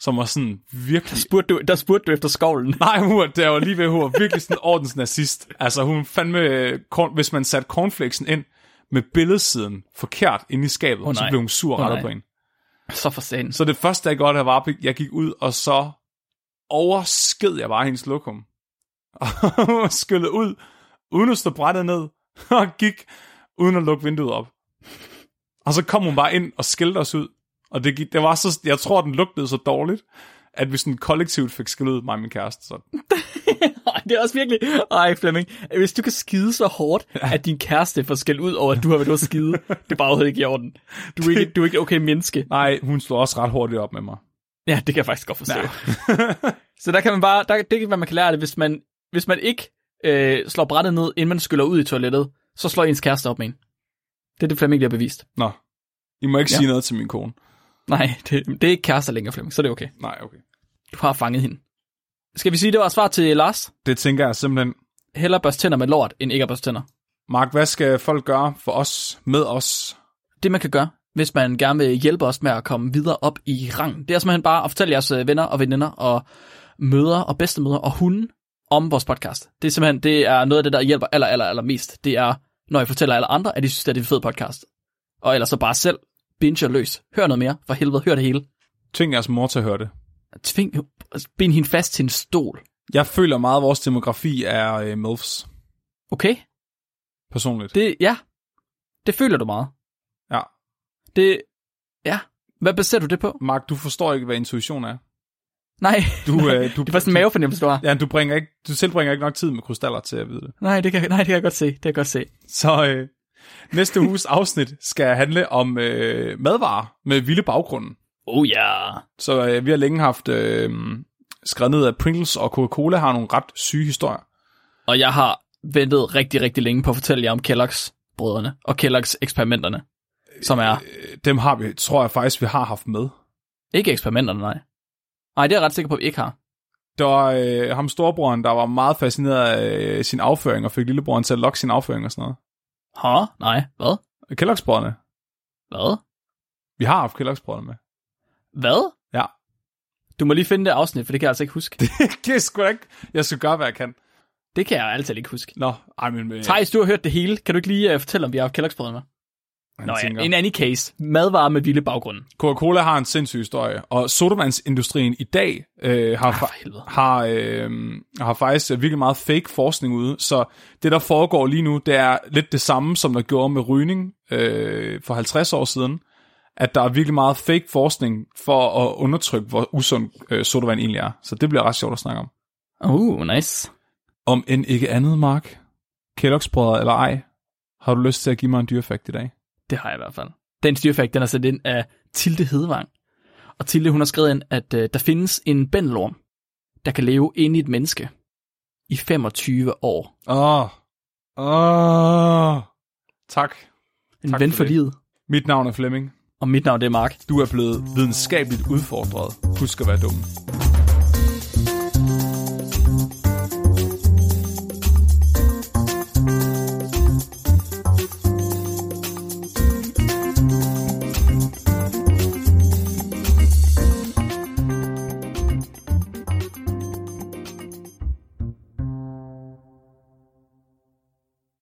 [SPEAKER 1] som var sådan virkelig
[SPEAKER 2] Spurgte du, der spurgte du efter skovlen.
[SPEAKER 1] Nej, hun var, der var lige ved, hun var virkelig sådan en ordensnazist. Altså, hun fandme, øh, korn, hvis man satte cornflakesen ind med billedsiden forkert inde i skabet, oh, så
[SPEAKER 2] nej.
[SPEAKER 1] blev hun sur
[SPEAKER 2] Åh,
[SPEAKER 1] og
[SPEAKER 2] nej.
[SPEAKER 1] rettet på en.
[SPEAKER 2] Så for satan.
[SPEAKER 1] Så det første, jeg godt var, at jeg gik ud, og så oversked jeg bare hendes lokum. (laughs) Og hun var skyllet ud, uden at stå brættet ned, (laughs) og gik uden at lukke vinduet op. Og så kom hun bare ind og skældte os ud. Og det, gik, det var så, jeg tror, den lugtede så dårligt, at vi sådan kollektivt fik skæld ud, mig og min kæreste. Så
[SPEAKER 2] Ej, det er også virkelig... Ej, Flemming, hvis du kan skide så hårdt, at din kæreste får skæld ud over, at du har været ude at skide, det er bare overhovedet ikke i orden. Du er ikke, du er ikke okay menneske.
[SPEAKER 1] Nej, hun slog også ret hurtigt op med mig.
[SPEAKER 2] Ja, det kan jeg faktisk godt forstå. (laughs) så der kan man bare... Der, det kan være, man kan lære af det, hvis man, hvis man ikke øh, slår brættet ned, inden man skyller ud i toilettet, så slår ens kæreste op med en. Det er det, Flemming lige har bevist.
[SPEAKER 1] Nå, I må ikke
[SPEAKER 2] Ja.
[SPEAKER 1] ja. sige noget til min kone.
[SPEAKER 2] Nej, det, det er ikke kærester længere, Flemming, så det er okay.
[SPEAKER 1] Nej, okay.
[SPEAKER 2] Du har fanget hende. Skal vi sige, det var svar til Lars?
[SPEAKER 1] Det tænker jeg simpelthen.
[SPEAKER 2] Hellere børste tænder med lort, end ikke at børste tænder.
[SPEAKER 1] Mark, hvad skal folk gøre for os, med os?
[SPEAKER 2] det man kan gøre, hvis man gerne vil hjælpe os med at komme videre op i rangen, det er simpelthen bare at fortælle jeres øh, venner og veninder og mødre og bedstemødre og hunde om vores podcast. Det er simpelthen det er noget af det, der hjælper aller, aller, aller mest. Det er, når I fortæller alle andre, at I synes, det er en fed podcast. Og ellers så bare selv binge og løs. Hør noget mere. For helvede, hør det hele.
[SPEAKER 1] Tænk jeres mor til at høre det.
[SPEAKER 2] Tving, altså, bind hende fast til en stol.
[SPEAKER 1] Jeg føler meget, at vores demografi er øh, MILFs,
[SPEAKER 2] Okay?
[SPEAKER 1] personligt.
[SPEAKER 2] Det, ja. Det føler du meget.
[SPEAKER 1] Ja.
[SPEAKER 2] Det, ja. Hvad baserer du det på?
[SPEAKER 1] Mark, du forstår ikke, hvad intuition er.
[SPEAKER 2] Nej,
[SPEAKER 1] Du, øh, du,
[SPEAKER 2] (laughs) det var sådan en mavefornemmelse, du har.
[SPEAKER 1] Ja, du, bringer ikke, du tilbringer ikke nok tid med krystaller til at vide det.
[SPEAKER 2] Nej, det kan, nej, det kan jeg godt se. Det kan jeg godt se.
[SPEAKER 1] Så øh, næste
[SPEAKER 2] (laughs)
[SPEAKER 1] uges afsnit skal handle om øh, madvarer med vilde baggrunden.
[SPEAKER 2] Oh ja. Yeah.
[SPEAKER 1] Så øh, vi har længe haft øh, skrevet ned, at Pringles og Coca-Cola har nogle ret syge historier.
[SPEAKER 2] Og jeg har ventet rigtig, rigtig længe på at fortælle jer om Kellogg's Kellogg-brødrene og Kelloggs eksperimenterne, som er...
[SPEAKER 1] Øh, Dem har vi, tror jeg faktisk, vi har haft med.
[SPEAKER 2] Ikke eksperimenterne, nej. Nej, det er jeg ret sikker på, at vi ikke har.
[SPEAKER 1] Der var øh, ham storebroren, der var meget fascineret af øh, sin afføring, og fik lillebroren til at lokke sin afføring og sådan noget.
[SPEAKER 2] Hå? Nej. Hvad?
[SPEAKER 1] Kellogsbrødrene.
[SPEAKER 2] Hvad?
[SPEAKER 1] Vi har haft Kellogsbrødrene med.
[SPEAKER 2] Hvad?
[SPEAKER 1] Ja.
[SPEAKER 2] Du må lige finde det afsnit, for det kan jeg altså ikke huske. Det,
[SPEAKER 1] (laughs) det er sgu da ikke. Jeg skal gøre, hvad jeg kan.
[SPEAKER 2] (laughs) det kan jeg altså ikke huske.
[SPEAKER 1] Nå, ej, men... Øh,
[SPEAKER 2] Thijs, du har hørt det hele. Kan du ikke lige uh, fortælle, om vi har haft Kellogg's med?
[SPEAKER 1] han
[SPEAKER 2] Nå
[SPEAKER 1] tænker-
[SPEAKER 2] ja, en any case. Madvarer med vilde baggrunde.
[SPEAKER 1] Coca-Cola har en sindssyg historie, og sodavandsindustrien i dag øh, har,
[SPEAKER 2] for helvede.
[SPEAKER 1] fa- har, øh, har faktisk øh, virkelig meget fake forskning ude, så det, der foregår lige nu, det er lidt det samme, som der gjorde med rygning øh, for 50 år siden, at der er virkelig meget fake forskning for at undertrykke, hvor usund øh, sodavand egentlig er. Så det bliver ret sjovt at snakke om.
[SPEAKER 2] Uh, nice.
[SPEAKER 1] Om end ikke andet, Mark, Kellogg's eller ej, har du lyst til at give mig en dyrefakt i dag?
[SPEAKER 2] Det har jeg i hvert fald. Den styrfakt, den er sat ind af Tilde Hedvang. Og Tilde, hun har skrevet ind, at øh, der findes en bendelorm, der kan leve inde i et menneske i 25 år.
[SPEAKER 1] Åh, åh, tak.
[SPEAKER 2] En
[SPEAKER 1] Tak
[SPEAKER 2] ven
[SPEAKER 1] for
[SPEAKER 2] for,
[SPEAKER 1] det.
[SPEAKER 2] livet.
[SPEAKER 1] Mit navn er Flemming.
[SPEAKER 2] Og mit navn, det er Mark.
[SPEAKER 1] Du er blevet videnskabeligt udfordret. Husk at være dum.